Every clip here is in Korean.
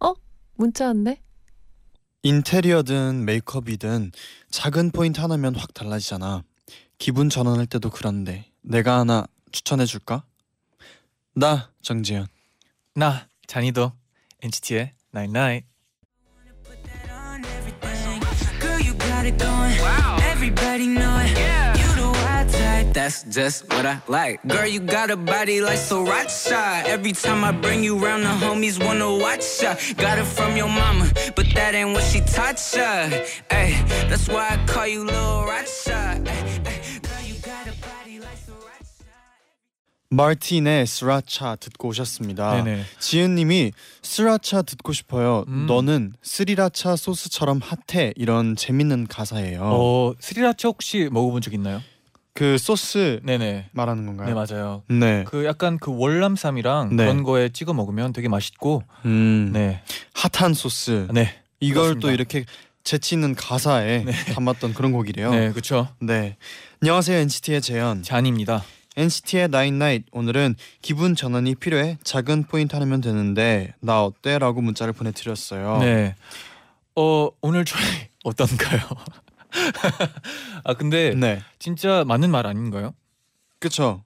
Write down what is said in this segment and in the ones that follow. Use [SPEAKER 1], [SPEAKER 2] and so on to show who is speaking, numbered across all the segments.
[SPEAKER 1] 어? 문자 왔네?
[SPEAKER 2] 인테리어든 메이크업이든 작은 포인트 하나면 확 달라지잖아. 기분 전환할 때도 그런데 내가 하나 추천해 줄까? 나 정재현.
[SPEAKER 3] 나 잔이도 NCT의 Night Night.
[SPEAKER 4] Put that on everything. Girl, you got it going. Everybody know it. You the wild type.
[SPEAKER 5] That's just what I like. Girl, you got a body like Sriracha. Every time I bring you round, the homies wanna watch ya. Got it from your mama, but that ain't what she taught ya. Ay, that's why I call you Lil Racha. Ay, ay, girl, you got a body like Sriracha.
[SPEAKER 2] 마틴의 스라차 듣고 오셨습니다.
[SPEAKER 3] 네네. 음.
[SPEAKER 2] 지은님이 스라차 듣고 싶어요. 너는 스리라차 소스처럼 핫해 이런 재밌는 가사예요.
[SPEAKER 3] 어 스리라차 혹시 먹어본 적 있나요?
[SPEAKER 2] 그 소스
[SPEAKER 3] 네네.
[SPEAKER 2] 말하는
[SPEAKER 3] 네
[SPEAKER 2] 건가요?
[SPEAKER 3] 맞아요.
[SPEAKER 2] 네.
[SPEAKER 3] 그 약간 그 월남쌈이랑
[SPEAKER 2] 네.
[SPEAKER 3] 그런 거에 찍어 먹으면 되게 맛있고.
[SPEAKER 2] 음,
[SPEAKER 3] 네.
[SPEAKER 2] 핫한 소스.
[SPEAKER 3] 네.
[SPEAKER 2] 이걸
[SPEAKER 3] 그렇습니다.
[SPEAKER 2] 또 이렇게 재치 있는 가사에 담았던 그런 곡이래요.
[SPEAKER 3] 네 그렇죠.
[SPEAKER 2] 네. 안녕하세요 NCT의 재현.
[SPEAKER 3] 잔입니다.
[SPEAKER 2] NCT의 나인나잇 오늘은 기분 전환이 필요해 작은 포인트 하면 되는데 나 어때라고 문자를 보내드렸어요.
[SPEAKER 3] 네. 어 오늘 저희 어떤가요? 아 근데
[SPEAKER 2] 네.
[SPEAKER 3] 진짜 맞는 말 아닌가요?
[SPEAKER 2] 그쵸.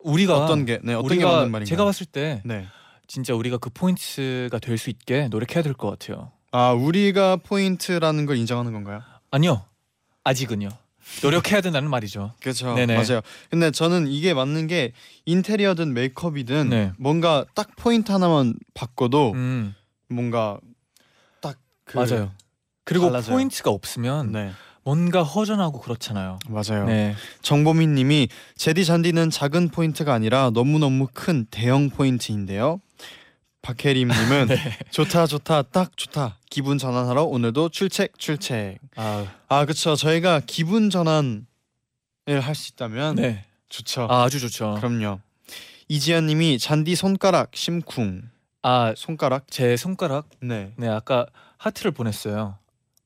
[SPEAKER 3] 우리가
[SPEAKER 2] 어떤 게, 네 어떤 게
[SPEAKER 3] 우리가
[SPEAKER 2] 맞는 말인가요?
[SPEAKER 3] 제가 봤을 때
[SPEAKER 2] 네.
[SPEAKER 3] 진짜 우리가 그 포인트가 될 수 있게 노력해야 될 것 같아요.
[SPEAKER 2] 아 우리가 포인트라는 걸 인정하는 건가요?
[SPEAKER 3] 아니요. 아직은요. 노력해야 된다는 말이죠.
[SPEAKER 2] 그렇죠.
[SPEAKER 3] 네네.
[SPEAKER 2] 맞아요. 근데 저는 이게 맞는 게 인테리어든 메이크업이든
[SPEAKER 3] 네.
[SPEAKER 2] 뭔가 딱 포인트 하나만 바꿔도
[SPEAKER 3] 음.
[SPEAKER 2] 뭔가 딱그
[SPEAKER 3] 맞아요. 그리고
[SPEAKER 2] 달라져요.
[SPEAKER 3] 포인트가 없으면
[SPEAKER 2] 네.
[SPEAKER 3] 뭔가 허전하고 그렇잖아요.
[SPEAKER 2] 맞아요.
[SPEAKER 3] 네.
[SPEAKER 2] 정보민님이 제디 잔디는 작은 포인트가 아니라 너무 너무 큰 대형 포인트인데요. 박혜림님은
[SPEAKER 3] 네.
[SPEAKER 2] 좋다 좋다 딱 좋다 기분 전환하러 오늘도 출첵 출첵.
[SPEAKER 3] 아,
[SPEAKER 2] 아 그쵸 저희가 기분 전환을 할 수 있다면
[SPEAKER 3] 네.
[SPEAKER 2] 좋죠.
[SPEAKER 3] 아, 아주 좋죠.
[SPEAKER 2] 그럼요. 이지연님이 잔디 손가락 심쿵
[SPEAKER 3] 아,
[SPEAKER 2] 손가락
[SPEAKER 3] 제 손가락.
[SPEAKER 2] 네.
[SPEAKER 3] 네, 아까 하트를 보냈어요.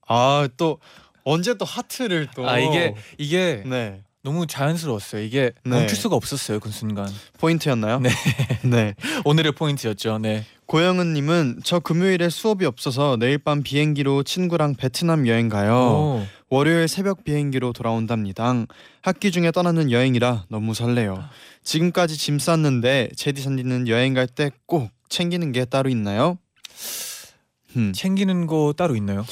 [SPEAKER 2] 아 또 언제 또 하트를 또.
[SPEAKER 3] 아, 이게 이게
[SPEAKER 2] 네
[SPEAKER 3] 너무 자연스러웠어요. 이게
[SPEAKER 2] 네.
[SPEAKER 3] 멈출 수가 없었어요. 그 순간.
[SPEAKER 2] 포인트였나요?
[SPEAKER 3] 네.
[SPEAKER 2] 네.
[SPEAKER 3] 오늘의 포인트였죠. 네.
[SPEAKER 2] 고영은님은 저 금요일에 수업이 없어서 내일 밤 비행기로 친구랑 베트남 여행 가요.
[SPEAKER 3] 오.
[SPEAKER 2] 월요일 새벽 비행기로 돌아온답니다. 학기 중에 떠나는 여행이라 너무 설레요. 지금까지 짐 쌌는데 제디 산디는 여행 갈 때 꼭 챙기는 게 따로 있나요? 음.
[SPEAKER 3] 챙기는 거 따로 있나요?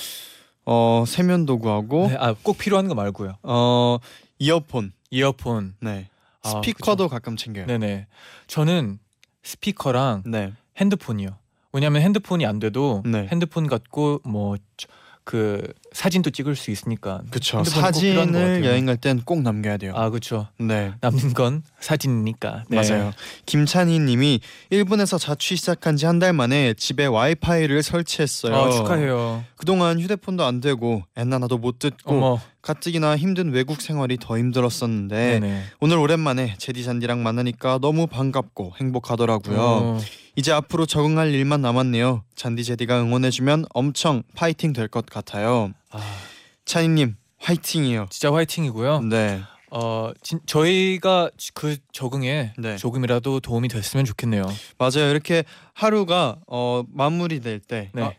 [SPEAKER 2] 어 세면 도구하고
[SPEAKER 3] 네, 아, 꼭 필요한 거 말고요.
[SPEAKER 2] 어 이어폰,
[SPEAKER 3] 이어폰.
[SPEAKER 2] 네
[SPEAKER 3] 아,
[SPEAKER 2] 스피커도 가끔 챙겨요. 네,
[SPEAKER 3] 네, 네. 저는 스피커랑
[SPEAKER 2] 네,
[SPEAKER 3] 핸드폰이요. 왜냐하면 핸드폰이 안 돼도
[SPEAKER 2] 네.
[SPEAKER 3] 핸드폰 갖고 뭐 그 사진도 찍을 수 있으니까.
[SPEAKER 2] 그쵸.
[SPEAKER 3] 핸드폰이 꼭 필요한 것
[SPEAKER 2] 사진을
[SPEAKER 3] 같아요.
[SPEAKER 2] 여행 갈 땐 꼭 남겨야 돼요.
[SPEAKER 3] 아 그렇죠.
[SPEAKER 2] 네.
[SPEAKER 3] 남는 건 사진이니까. 네.
[SPEAKER 2] 맞아요. 김찬희님이 일본에서 자취 시작한 지 한 달 만에 집에 와이파이를 설치했어요.
[SPEAKER 3] 아, 축하해요.
[SPEAKER 2] 그동안 휴대폰도 안 되고 엔나나도 못 듣고
[SPEAKER 3] 어머.
[SPEAKER 2] 가뜩이나 힘든 외국 생활이 더 힘들었었는데
[SPEAKER 3] 네네.
[SPEAKER 2] 오늘 오랜만에 제디 잔디랑 만나니까 너무 반갑고 행복하더라고요.
[SPEAKER 3] 어,
[SPEAKER 2] 이제 앞으로 적응할 일만 남았네요. 잔디 제디가 응원해주면 엄청 파이팅 될 것 같아요.
[SPEAKER 3] 아,
[SPEAKER 2] 찬희님 화이팅이요.
[SPEAKER 3] 진짜 화이팅이고요.
[SPEAKER 2] 네.
[SPEAKER 3] 어, 진, 저희가 지- 그 적응에
[SPEAKER 2] 네.
[SPEAKER 3] 조금이라도 도움이 됐으면 좋겠네요.
[SPEAKER 2] 맞아요. 이렇게 하루가 어, 마무리될 때
[SPEAKER 3] 네.
[SPEAKER 2] 아,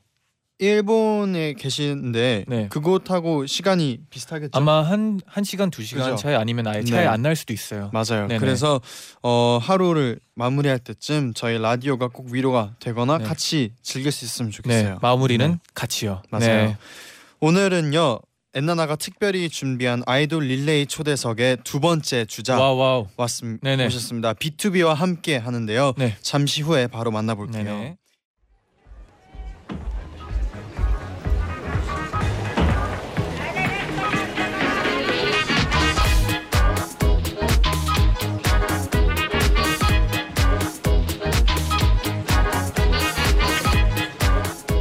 [SPEAKER 2] 일본에 계시는데
[SPEAKER 3] 네.
[SPEAKER 2] 그곳하고 시간이 비슷하겠죠?
[SPEAKER 3] 아마 한, 한 시간, 두 시간
[SPEAKER 2] 그죠.
[SPEAKER 3] 차이 아니면 아예 차이
[SPEAKER 2] 네.
[SPEAKER 3] 안 날 수도 있어요.
[SPEAKER 2] 맞아요.
[SPEAKER 3] 네네.
[SPEAKER 2] 그래서 어, 하루를 마무리할 때쯤 저희 라디오가 꼭 위로가 되거나
[SPEAKER 3] 네.
[SPEAKER 2] 같이 즐길 수 있으면
[SPEAKER 3] 네.
[SPEAKER 2] 좋겠어요.
[SPEAKER 3] 마무리는
[SPEAKER 2] 네.
[SPEAKER 3] 같이요.
[SPEAKER 2] 맞아요.
[SPEAKER 3] 네.
[SPEAKER 2] 오늘은요. 엔나나가 특별히 준비한 아이돌 릴레이 초대석의 두 번째 주자
[SPEAKER 3] 와우 와우.
[SPEAKER 2] 왔습,
[SPEAKER 3] 네네.
[SPEAKER 2] 오셨습니다. B2B와 함께 하는데요.
[SPEAKER 3] 네.
[SPEAKER 2] 잠시 후에 바로 만나볼게요.
[SPEAKER 3] 네네.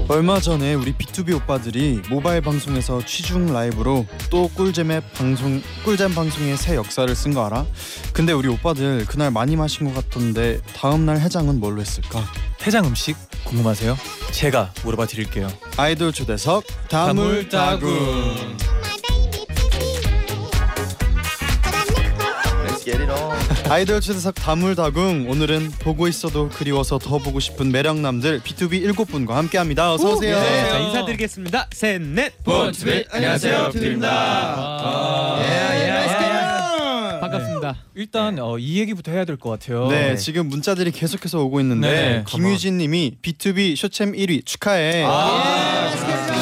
[SPEAKER 2] 얼마 전에 우리 B2B 오빠들이 모바일 방송에서 취중 라이브로 또 꿀잼의 방송 꿀잼 방송의 새 역사를 쓴 거 알아? 근데 우리 오빠들 그날 많이 마신 것 같던데 다음 날 해장은 뭘로 했을까?
[SPEAKER 3] 해장 음식 궁금하세요? 제가 물어봐 드릴게요.
[SPEAKER 2] 아이돌 초대석 다물다군. 아이돌 초대석 다물다궁 오늘은 보고 있어도 그리워서 더 보고 싶은 매력남들 B2B 일곱 분과 함께합니다. 어서 오세요.
[SPEAKER 6] 네, 자 인사드리겠습니다. 셋넷
[SPEAKER 2] 본투비 안녕하세요
[SPEAKER 6] 아,
[SPEAKER 2] 아.
[SPEAKER 6] 반갑습니다.
[SPEAKER 3] 일단 어, 이 얘기부터 해야 될 것 같아요.
[SPEAKER 2] 네, 지금 문자들이 계속해서 오고 있는데
[SPEAKER 3] 네,
[SPEAKER 2] 김유진님이 B2B 쇼챔 1위 축하해.
[SPEAKER 3] 아, 네,
[SPEAKER 6] 감사합니다.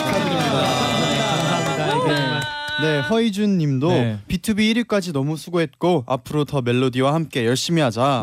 [SPEAKER 6] 이렇게 정말
[SPEAKER 2] 네, 허이준님도
[SPEAKER 3] 네.
[SPEAKER 2] B2B 1위까지 너무 수고했고 앞으로 더 멜로디와 함께 열심히 하자.
[SPEAKER 3] 아,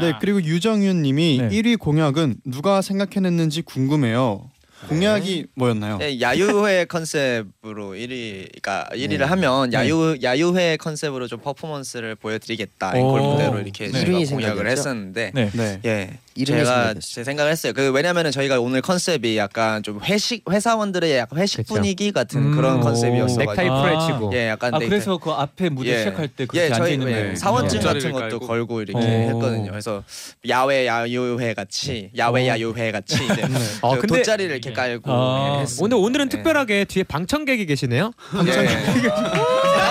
[SPEAKER 2] 네, 그리고 유정윤님이
[SPEAKER 3] 네.
[SPEAKER 2] 1위 공약은 누가 생각해냈는지 궁금해요. 공약이 뭐였나요?
[SPEAKER 7] 네, 야유회 컨셉으로 1위, 그러니까 1위를
[SPEAKER 3] 네.
[SPEAKER 7] 하면 야유 야유회 컨셉으로 좀 퍼포먼스를 보여드리겠다
[SPEAKER 3] 오.
[SPEAKER 7] 이걸 그대로 이렇게
[SPEAKER 3] 네.
[SPEAKER 7] 제가
[SPEAKER 8] 이름이
[SPEAKER 7] 공약을
[SPEAKER 8] 생각이었죠?
[SPEAKER 7] 했었는데
[SPEAKER 3] 네.
[SPEAKER 2] 네.
[SPEAKER 7] 예,
[SPEAKER 8] 이름이
[SPEAKER 7] 제가
[SPEAKER 8] 생각이었어요.
[SPEAKER 7] 제 생각을 했어요. 그 왜냐면은 저희가 오늘 컨셉이 약간 좀 회식 회사원들의 약간 회식
[SPEAKER 6] 그쵸.
[SPEAKER 7] 분위기 같은
[SPEAKER 3] 음,
[SPEAKER 7] 그런
[SPEAKER 3] 오.
[SPEAKER 6] 넥타이
[SPEAKER 7] 컨셉이었어가지고
[SPEAKER 3] 아.
[SPEAKER 6] 풀어치고
[SPEAKER 7] 예, 약간
[SPEAKER 3] 아
[SPEAKER 7] 데이트-
[SPEAKER 3] 그래서 그 앞에 무대 시작할 때 그렇게 앉아 있는
[SPEAKER 7] 예, 사원증
[SPEAKER 6] 네.
[SPEAKER 7] 같은 것도 걸고 이렇게
[SPEAKER 3] 오.
[SPEAKER 7] 했거든요. 그래서 야외 야유회 같이 야외 야유회 같이 이제
[SPEAKER 6] 아,
[SPEAKER 7] 그
[SPEAKER 6] 근데-
[SPEAKER 7] 돗자리를 이렇게 깔고
[SPEAKER 3] 네. 아.
[SPEAKER 7] 예, 했습니다.
[SPEAKER 6] 오늘 오늘은
[SPEAKER 7] 예.
[SPEAKER 6] 특별하게 뒤에 방청객이 계시네요. 예.
[SPEAKER 7] 방청객.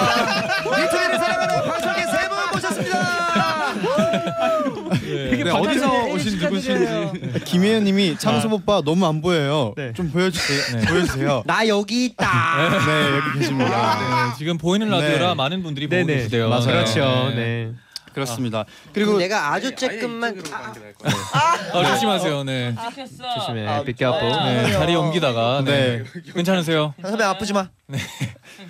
[SPEAKER 7] 리트를 사랑하는 방청객 세분 모셨습니다.
[SPEAKER 6] 이게
[SPEAKER 2] 네,
[SPEAKER 6] 방청객이
[SPEAKER 2] 어디서
[SPEAKER 6] 일일
[SPEAKER 2] 오신
[SPEAKER 6] 축하드려요.
[SPEAKER 2] 네, 김혜연님이 참섭 오빠 너무 안 보여요.
[SPEAKER 6] 네.
[SPEAKER 2] 좀 보여주세요. 보여주세요.
[SPEAKER 8] 나 여기 있다.
[SPEAKER 2] 네, 여기 계십니다.
[SPEAKER 3] 네, 지금 보이는 라디오라
[SPEAKER 2] 네.
[SPEAKER 3] 많은 분들이 보고
[SPEAKER 6] 네네.
[SPEAKER 3] 계시대요.
[SPEAKER 2] 맞아요.
[SPEAKER 6] 그렇죠. 네.
[SPEAKER 2] 그렇습니다.
[SPEAKER 8] 그리고
[SPEAKER 2] 그리고
[SPEAKER 8] 내가 아주 쬐끔만
[SPEAKER 3] 아, 조심하세요. 네.
[SPEAKER 6] 조심해. 빅아포
[SPEAKER 3] 네, 자리 옮기다가 네. 괜찮으세요?
[SPEAKER 7] 선배 아프지 마.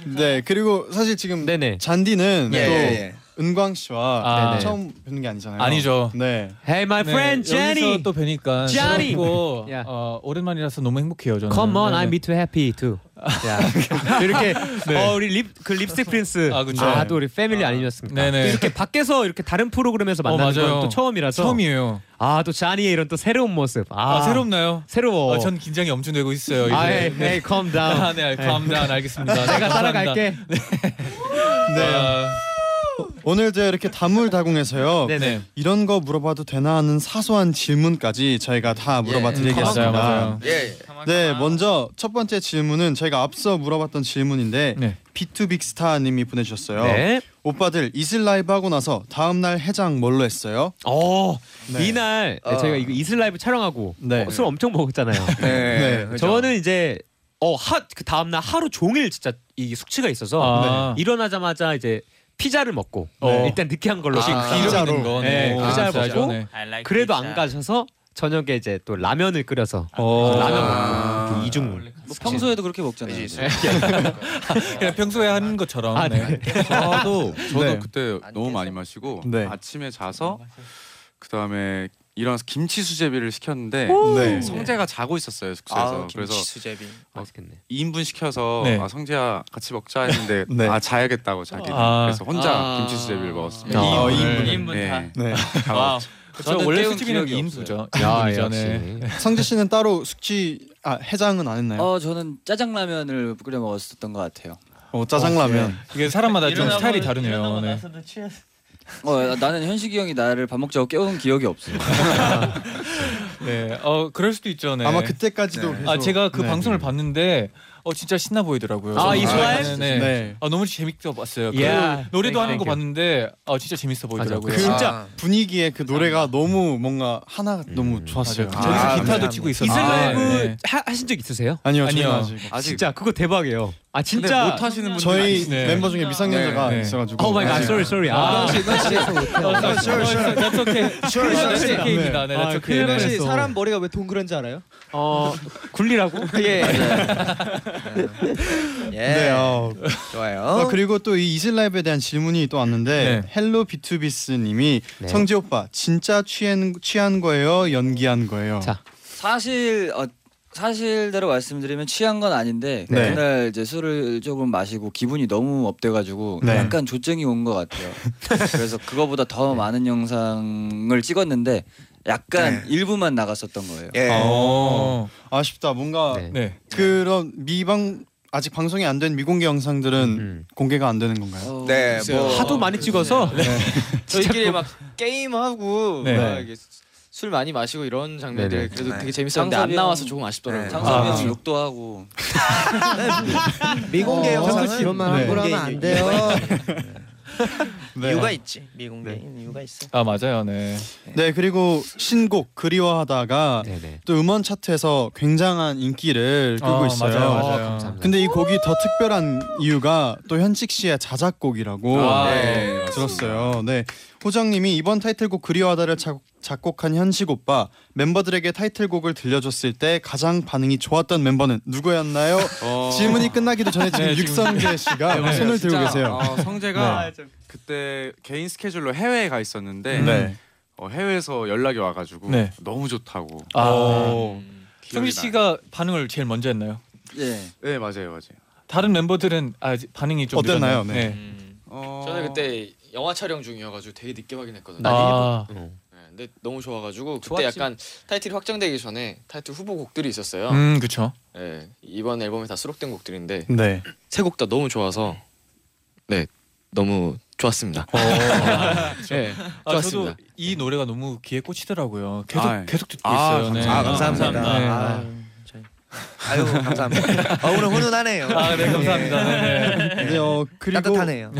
[SPEAKER 2] 네 그리고 사실 지금
[SPEAKER 6] 네네.
[SPEAKER 2] 잔디는
[SPEAKER 7] 예,
[SPEAKER 2] 또
[SPEAKER 7] 예,
[SPEAKER 2] 은광 씨와
[SPEAKER 3] 네. 아,
[SPEAKER 6] 네네.
[SPEAKER 2] 처음 뵙는 게 아니잖아요.
[SPEAKER 3] 아니죠.
[SPEAKER 2] 네.
[SPEAKER 6] Hey my friend
[SPEAKER 3] 여기서
[SPEAKER 6] Jenny.
[SPEAKER 3] 또 뵈니까
[SPEAKER 6] Jenny!
[SPEAKER 3] 즐겁고,
[SPEAKER 6] Yeah.
[SPEAKER 3] 어, 오랜만이라서 너무 행복해요. 저는.
[SPEAKER 6] Come on,
[SPEAKER 3] 네,
[SPEAKER 6] I'm
[SPEAKER 3] 네.
[SPEAKER 6] me too happy too. 야. 이렇게 어 우리 립그 립스틱 프린스.
[SPEAKER 3] 아, 그쵸.
[SPEAKER 6] 아또 우리 패밀리 아니었습니까?
[SPEAKER 3] 네네.
[SPEAKER 6] 이렇게 밖에서 이렇게 다른 프로그램에서
[SPEAKER 3] 어,
[SPEAKER 6] 만나는
[SPEAKER 3] 맞아요.
[SPEAKER 6] 건 또 처음이라서.
[SPEAKER 3] 처음이에요.
[SPEAKER 6] 아또 자니의 이런 또 새로운 모습.
[SPEAKER 3] 아,
[SPEAKER 6] 아,
[SPEAKER 3] 새롭나요?
[SPEAKER 6] 새로워.
[SPEAKER 3] 어, 전 긴장이 엄청 되고 있어요. 이제.
[SPEAKER 6] 아, hey,
[SPEAKER 3] 네.
[SPEAKER 6] hey, calm down.
[SPEAKER 3] 아, 네, 감사합니다. 알겠습니다. 네,
[SPEAKER 6] 내가
[SPEAKER 3] 감사합니다.
[SPEAKER 6] 따라갈게.
[SPEAKER 2] 네.
[SPEAKER 3] 아,
[SPEAKER 2] 오늘도 이렇게 다물다궁에서요.
[SPEAKER 3] 네네.
[SPEAKER 2] 이런 거 물어봐도 되나 하는 사소한 질문까지 저희가 다 물어봐
[SPEAKER 7] 예.
[SPEAKER 2] 드리겠습니다.
[SPEAKER 3] 맞아요, 맞아요.
[SPEAKER 7] 예. 예.
[SPEAKER 2] 네, 먼저 첫 번째 질문은 저희가 앞서 물어봤던 질문인데
[SPEAKER 3] 네.
[SPEAKER 2] 비투빅스타님이 보내주셨어요.
[SPEAKER 6] 네.
[SPEAKER 2] 오빠들 이슬 라이브 하고 나서 다음 날 해장 뭘로 했어요?
[SPEAKER 6] 어
[SPEAKER 2] 네.
[SPEAKER 6] 이날
[SPEAKER 7] 어.
[SPEAKER 6] 저희가 이거 이슬 라이브 촬영하고
[SPEAKER 2] 네.
[SPEAKER 6] 어, 술 엄청 먹었잖아요.
[SPEAKER 7] 네. 그죠?
[SPEAKER 6] 저는 이제 어핫그 다음 날 하루 종일 진짜 이 숙취가 있어서 네.
[SPEAKER 3] 아,
[SPEAKER 6] 일어나자마자 이제 피자를 먹고
[SPEAKER 3] 네.
[SPEAKER 6] 일단 느끼한 걸로
[SPEAKER 7] 아,
[SPEAKER 6] 귀로-
[SPEAKER 2] 피자.
[SPEAKER 3] 있는 거.
[SPEAKER 6] 네,
[SPEAKER 3] 오,
[SPEAKER 6] 피자를
[SPEAKER 3] 맞아요.
[SPEAKER 6] 먹고.
[SPEAKER 3] 네.
[SPEAKER 6] 그래도 안 가셔서 저녁에 이제 또 라면을 끓여서
[SPEAKER 7] 아,
[SPEAKER 6] 라면 먹고 그 이중
[SPEAKER 8] 평소에도 그렇게 먹잖아요. 네.
[SPEAKER 7] 이제
[SPEAKER 6] 네.
[SPEAKER 3] 그냥 평소에 하는 것처럼.
[SPEAKER 6] 아,
[SPEAKER 3] 네.
[SPEAKER 9] 저도 저도
[SPEAKER 2] 네.
[SPEAKER 9] 그때
[SPEAKER 7] 안
[SPEAKER 9] 너무 많이
[SPEAKER 7] 깨서?
[SPEAKER 9] 마시고
[SPEAKER 2] 네.
[SPEAKER 9] 아침에 자서 그 다음에 일어나서 김치 수제비를 시켰는데
[SPEAKER 2] 네.
[SPEAKER 9] 성재가 자고 있었어요 숙소에서
[SPEAKER 7] 아,
[SPEAKER 9] 그래서
[SPEAKER 7] 김치 수제비.
[SPEAKER 6] 맛있겠네.
[SPEAKER 9] 2인분 시켜서
[SPEAKER 3] 네.
[SPEAKER 9] 아, 성재야 같이 먹자 했는데
[SPEAKER 2] 네.
[SPEAKER 9] 아 자야겠다고 자기
[SPEAKER 3] 아.
[SPEAKER 9] 그래서 혼자
[SPEAKER 8] 아.
[SPEAKER 9] 김치 수제비를 먹었습니다.
[SPEAKER 6] 아,
[SPEAKER 2] 어, 이인분.
[SPEAKER 9] 네.
[SPEAKER 2] 네.
[SPEAKER 9] 다
[SPEAKER 3] 아,
[SPEAKER 9] 먹었죠.
[SPEAKER 3] 저 원래 수집이는 2인분이죠. 2인분이잖아요.
[SPEAKER 6] 네.
[SPEAKER 2] 성재 씨는 따로 숙취 아 해장은 안 했나요?
[SPEAKER 8] 어 저는 짜장라면을 끓여 먹었었던 것 같아요. 예.
[SPEAKER 2] 어, 짜장라면.
[SPEAKER 3] 이게 사람마다 좀 스타일이 다르네요. 네.
[SPEAKER 8] 어 나는 현식이 형이 나를 밥 먹자고 깨운 기억이 없어.
[SPEAKER 3] 네. 어 그럴 수도 있죠. 네.
[SPEAKER 2] 아마 그때까지도 계속
[SPEAKER 3] 아 제가 그
[SPEAKER 2] 네.
[SPEAKER 3] 방송을 봤는데 어 진짜 신나 보이더라고요.
[SPEAKER 6] 아, 이소아의?
[SPEAKER 3] 네, 네.
[SPEAKER 2] 네.
[SPEAKER 3] 아 너무 재밌게 봤어요. 그
[SPEAKER 6] Yeah.
[SPEAKER 3] 노래도 하는
[SPEAKER 6] Thank
[SPEAKER 3] 거
[SPEAKER 6] you.
[SPEAKER 3] 봤는데 어 진짜 재밌어 보이더라고요.
[SPEAKER 6] 맞아.
[SPEAKER 2] 그 진짜
[SPEAKER 7] 아.
[SPEAKER 2] 분위기에 그 노래가 너무 뭔가 하나 너무 좋았어요.
[SPEAKER 3] 음. 저기서
[SPEAKER 7] 아,
[SPEAKER 3] 기타도
[SPEAKER 7] 감사합니다.
[SPEAKER 3] 치고 있었어요.
[SPEAKER 6] 이슬 라이브
[SPEAKER 3] 아, 네.
[SPEAKER 6] 하, 하신 적 있으세요?
[SPEAKER 2] 아니요,
[SPEAKER 3] 아니요.
[SPEAKER 2] 저희는 아직.
[SPEAKER 9] 아직
[SPEAKER 6] 진짜 그거 대박이에요. 아
[SPEAKER 9] 근데
[SPEAKER 6] 진짜
[SPEAKER 9] 못 하시는 분들
[SPEAKER 2] 저희
[SPEAKER 3] 네.
[SPEAKER 2] 멤버 중에 미성년자가
[SPEAKER 3] 네, 네.
[SPEAKER 2] 있어가지고.
[SPEAKER 6] 오 마이 갓,
[SPEAKER 2] 아직-
[SPEAKER 6] Oh sorry sorry. 아,
[SPEAKER 10] 어,
[SPEAKER 3] Sure, sure. That's okay.
[SPEAKER 2] Sure, sure.
[SPEAKER 3] That's okay입니다. 네, that's
[SPEAKER 6] 아,
[SPEAKER 3] okay.
[SPEAKER 6] 큰일
[SPEAKER 3] 네.
[SPEAKER 6] 났어. 사람
[SPEAKER 8] 머리가 왜 동그란지 알아요? 네.
[SPEAKER 6] 어 굴리라고?
[SPEAKER 10] 네.
[SPEAKER 6] 예.
[SPEAKER 7] 예.
[SPEAKER 2] 네. 어.
[SPEAKER 7] 좋아요.
[SPEAKER 2] 어, 그리고 또 이 이슬 라이브에 대한 질문이 또 왔는데
[SPEAKER 3] 네.
[SPEAKER 2] 헬로 비투비스님이
[SPEAKER 6] 네.
[SPEAKER 2] 성재 오빠 진짜 취한 취한 거예요, 연기한 거예요.
[SPEAKER 6] 자.
[SPEAKER 8] 사실 어, 사실대로 말씀드리면 취한 건 아닌데
[SPEAKER 2] 네.
[SPEAKER 8] 그날 이제 술을 조금 마시고 기분이 너무 업돼가지고
[SPEAKER 2] 네.
[SPEAKER 8] 약간 조증이 온 것 같아요. 그래서 그거보다 더 많은 영상을 찍었는데 약간 일부만 나갔었던 거예요.
[SPEAKER 7] 예.
[SPEAKER 3] 어.
[SPEAKER 2] 아쉽다. 뭔가
[SPEAKER 6] 네.
[SPEAKER 3] 네.
[SPEAKER 2] 그런 미방 아직 방송이 안 된 미공개 영상들은
[SPEAKER 6] 음.
[SPEAKER 2] 공개가 안 되는 건가요? 네.
[SPEAKER 8] 어,
[SPEAKER 7] 네,
[SPEAKER 3] 글쎄요.
[SPEAKER 7] 뭐
[SPEAKER 6] 하도 많이 찍어서
[SPEAKER 10] 저희끼리 막 게임하고
[SPEAKER 3] 네.
[SPEAKER 10] 막 이렇게 술 많이 마시고 이런 장면들
[SPEAKER 6] 네네.
[SPEAKER 10] 그래도 되게 재밌었는데
[SPEAKER 8] 장섭이
[SPEAKER 10] 안 나와서
[SPEAKER 8] 형-
[SPEAKER 10] 조금 아쉽더라고요.
[SPEAKER 7] 네.
[SPEAKER 8] 장섭이
[SPEAKER 3] 아.
[SPEAKER 8] 형 욕도 하고
[SPEAKER 7] 미공개 영상은
[SPEAKER 2] 이런 말 함부로
[SPEAKER 7] 하면 안 돼요.
[SPEAKER 2] 네.
[SPEAKER 7] 이유가 있지. 미공개 이유가 있어.
[SPEAKER 3] 아 맞아요. 네.
[SPEAKER 2] 네 그리고 신곡 그리워하다가
[SPEAKER 6] 네네.
[SPEAKER 2] 또 음원 차트에서 굉장한 인기를 끌고
[SPEAKER 3] 아,
[SPEAKER 2] 있어요.
[SPEAKER 3] 맞아요, 맞아요.
[SPEAKER 6] 감사합니다.
[SPEAKER 2] 근데 이 곡이 더 특별한 이유가 또 현식 씨의 자작곡이라고
[SPEAKER 9] 아,
[SPEAKER 2] 네,
[SPEAKER 9] 네,
[SPEAKER 2] 들었어요. 네 호정님이 이번 타이틀곡 그리워하다를 작- 작곡한 현식 오빠 멤버들에게 타이틀곡을 들려줬을 때 가장 반응이 좋았던 멤버는 누구였나요?
[SPEAKER 9] 어,
[SPEAKER 2] 질문이 끝나기도 전에 지금
[SPEAKER 3] 네, 지금-
[SPEAKER 2] 육성재 씨가
[SPEAKER 9] 네, 맞아요.
[SPEAKER 2] 손을 들고
[SPEAKER 9] 진짜,
[SPEAKER 2] 계세요. 네.
[SPEAKER 9] 어, 성재가 그때 개인 스케줄로 해외에 가 있었는데
[SPEAKER 2] 네.
[SPEAKER 9] 어, 해외에서 연락이 와가지고
[SPEAKER 3] 네.
[SPEAKER 9] 너무 좋다고. 어.
[SPEAKER 3] 아.
[SPEAKER 9] 기억이
[SPEAKER 3] 승리 씨가 반응을 제일 먼저 했나요?
[SPEAKER 8] 예.
[SPEAKER 9] 나요. 네 맞아요 맞아요.
[SPEAKER 3] 다른 멤버들은 아, 반응이 좀
[SPEAKER 2] 어땠나요?
[SPEAKER 3] 늦었나요?
[SPEAKER 2] 네.
[SPEAKER 10] 음.
[SPEAKER 9] 어...
[SPEAKER 10] 저는 그때 영화 촬영 중이어가지고 되게 늦게 확인했거든요.
[SPEAKER 3] 아,
[SPEAKER 10] 네, 근데 너무 좋아가지고 그때
[SPEAKER 8] 좋았지.
[SPEAKER 10] 약간 타이틀이 확정되기 전에 타이틀 후보곡들이 있었어요.
[SPEAKER 3] 음, 그렇죠.
[SPEAKER 10] 네, 이번 앨범에 다 수록된 곡들인데
[SPEAKER 2] 네.
[SPEAKER 10] 세 곡 다 너무 좋아서 네 너무 좋았습니다. 네,
[SPEAKER 3] 아, 저도
[SPEAKER 10] 좋았습니다.
[SPEAKER 3] 이 노래가 너무 귀에 꽂히더라고요. 계속
[SPEAKER 9] 아, 예.
[SPEAKER 3] 계속 듣고
[SPEAKER 9] 아,
[SPEAKER 3] 있어요. 네.
[SPEAKER 7] 아 감사합니다.
[SPEAKER 3] 네.
[SPEAKER 7] 아, 저희- 아유 감사합니다. 아, 오늘 훈훈하네요. 예.
[SPEAKER 3] 아, 네, 감사합니다. 네, 네.
[SPEAKER 2] 네. 어, 그리고
[SPEAKER 7] 따뜻하네요.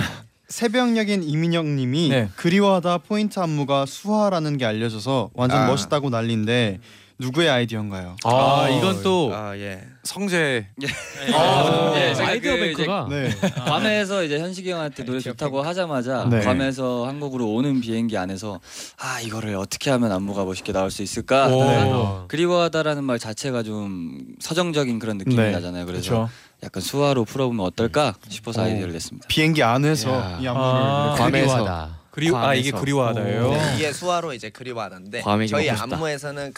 [SPEAKER 2] 새벽녘인 이민영님이
[SPEAKER 3] 네.
[SPEAKER 2] 그리워하다 포인트 안무가 수화라는 게 알려져서 완전
[SPEAKER 7] 아.
[SPEAKER 2] 멋있다고 난리인데 누구의 아이디어인가요?
[SPEAKER 6] 아, 이건 또
[SPEAKER 7] 아 예.
[SPEAKER 9] 성재
[SPEAKER 8] 네.
[SPEAKER 10] 아, 예, 제가
[SPEAKER 6] 아이디어
[SPEAKER 10] 그 이제
[SPEAKER 6] 뱅크가
[SPEAKER 2] 네.
[SPEAKER 8] 괌에서 이제 현식이 형한테 노래 좋다고 하자마자
[SPEAKER 2] 네.
[SPEAKER 8] 괌에서 한국으로 오는 비행기 안에서 아 이거를 어떻게 하면 안무가 멋있게 나올 수 있을까?
[SPEAKER 7] 네.
[SPEAKER 3] 오.
[SPEAKER 8] 아, 그리워하다라는 말 자체가 좀 서정적인 그런 느낌이
[SPEAKER 2] 네.
[SPEAKER 8] 나잖아요. 그래서
[SPEAKER 3] 그렇죠.
[SPEAKER 8] 약간 수화로 풀어보면 어떨까 싶어서 아이디어를 냈습니다.
[SPEAKER 2] 비행기 안에서
[SPEAKER 6] 야.
[SPEAKER 2] 이
[SPEAKER 3] 아.
[SPEAKER 2] 안무를 이렇게
[SPEAKER 3] 괌에서.
[SPEAKER 6] 그리워하다.
[SPEAKER 3] 그리워 아 이게
[SPEAKER 6] 괌에서.
[SPEAKER 3] 그리워하다예요.
[SPEAKER 7] 네, 이게 수화로 이제 그리워하는데
[SPEAKER 10] 과음이 지금
[SPEAKER 7] 저희
[SPEAKER 10] 먹고 싶다.
[SPEAKER 7] 안무에서는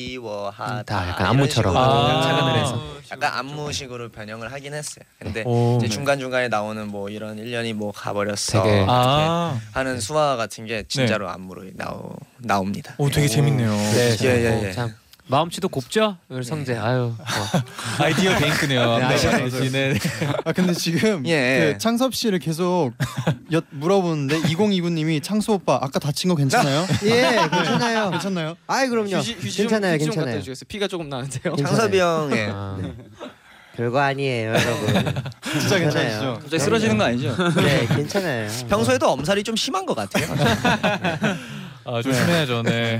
[SPEAKER 7] 그리워하다.
[SPEAKER 6] 다 약간
[SPEAKER 7] 이런
[SPEAKER 6] 안무처럼.
[SPEAKER 7] 식으로
[SPEAKER 3] 아.
[SPEAKER 7] 착안을 해서 약간 안무식으로 변형을 하긴 했어요. 근데
[SPEAKER 3] 오.
[SPEAKER 7] 이제 중간 중간에 나오는 뭐 이런 일년이 뭐 가버렸어
[SPEAKER 6] 되게-
[SPEAKER 3] 아,
[SPEAKER 7] 하는 수화 같은 게 진짜로 안무로 나오 나옵니다.
[SPEAKER 3] 오 되게 재밌네요.
[SPEAKER 6] 네,
[SPEAKER 7] 예, 예,
[SPEAKER 6] 어,
[SPEAKER 7] 예.
[SPEAKER 6] 참 마음씨도 곱죠? 우리
[SPEAKER 10] 네.
[SPEAKER 6] 성재. 아유. 어.
[SPEAKER 3] 아이디어 뱅크네요.
[SPEAKER 2] 네,
[SPEAKER 3] 네,
[SPEAKER 2] 맞아요.
[SPEAKER 3] 네, 네.
[SPEAKER 2] 아 근데 지금
[SPEAKER 7] 예.
[SPEAKER 2] 그 창섭 씨를 계속 엿 물어보는데 2029님이 창수 오빠 아까 다친 거 괜찮아요?
[SPEAKER 11] 예,
[SPEAKER 7] 그렇죠.
[SPEAKER 11] 괜찮아요.
[SPEAKER 2] 괜찮나요?
[SPEAKER 11] 아이 그럼요.
[SPEAKER 10] 휴지, 휴지 좀-
[SPEAKER 11] 괜찮아요,
[SPEAKER 10] 휴지 좀
[SPEAKER 11] 괜찮아요.
[SPEAKER 10] 갖다 주겠어요? 피가 조금 나는데요.
[SPEAKER 7] 창섭이 형의 예. 네.
[SPEAKER 6] 아.
[SPEAKER 11] 별거 아니에요, 여러분.
[SPEAKER 2] 진짜
[SPEAKER 11] 괜찮아요.
[SPEAKER 2] 괜찮으시죠?
[SPEAKER 8] 갑자기 쓰러지는 거 아니죠?
[SPEAKER 11] 네, 괜찮아요. 네.
[SPEAKER 7] 평소에도 엄살이 좀 심한 것 같아요.
[SPEAKER 3] 아, 조심해야죠. 네.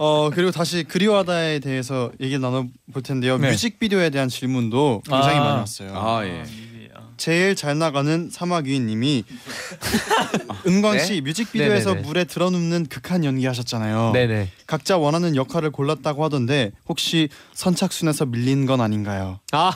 [SPEAKER 2] 어 그리고 다시 그리워하다에 대해서 얘기 나눠 볼 텐데요.
[SPEAKER 3] 네. 뮤직비디오에
[SPEAKER 2] 뮤직비디오에 대한 질문도 굉장히
[SPEAKER 3] 아.
[SPEAKER 2] 많이 왔어요.
[SPEAKER 9] 아 예.
[SPEAKER 2] 제일 잘 나가는 사막위님이 은광
[SPEAKER 7] 네?
[SPEAKER 2] 씨 뮤직비디오에서
[SPEAKER 6] 네네네.
[SPEAKER 2] 물에 들어눕는 극한 연기하셨잖아요.
[SPEAKER 6] 네네.
[SPEAKER 2] 각자 원하는 역할을 골랐다고 하던데 혹시 선착순에서 밀린 건 아닌가요?
[SPEAKER 6] 아,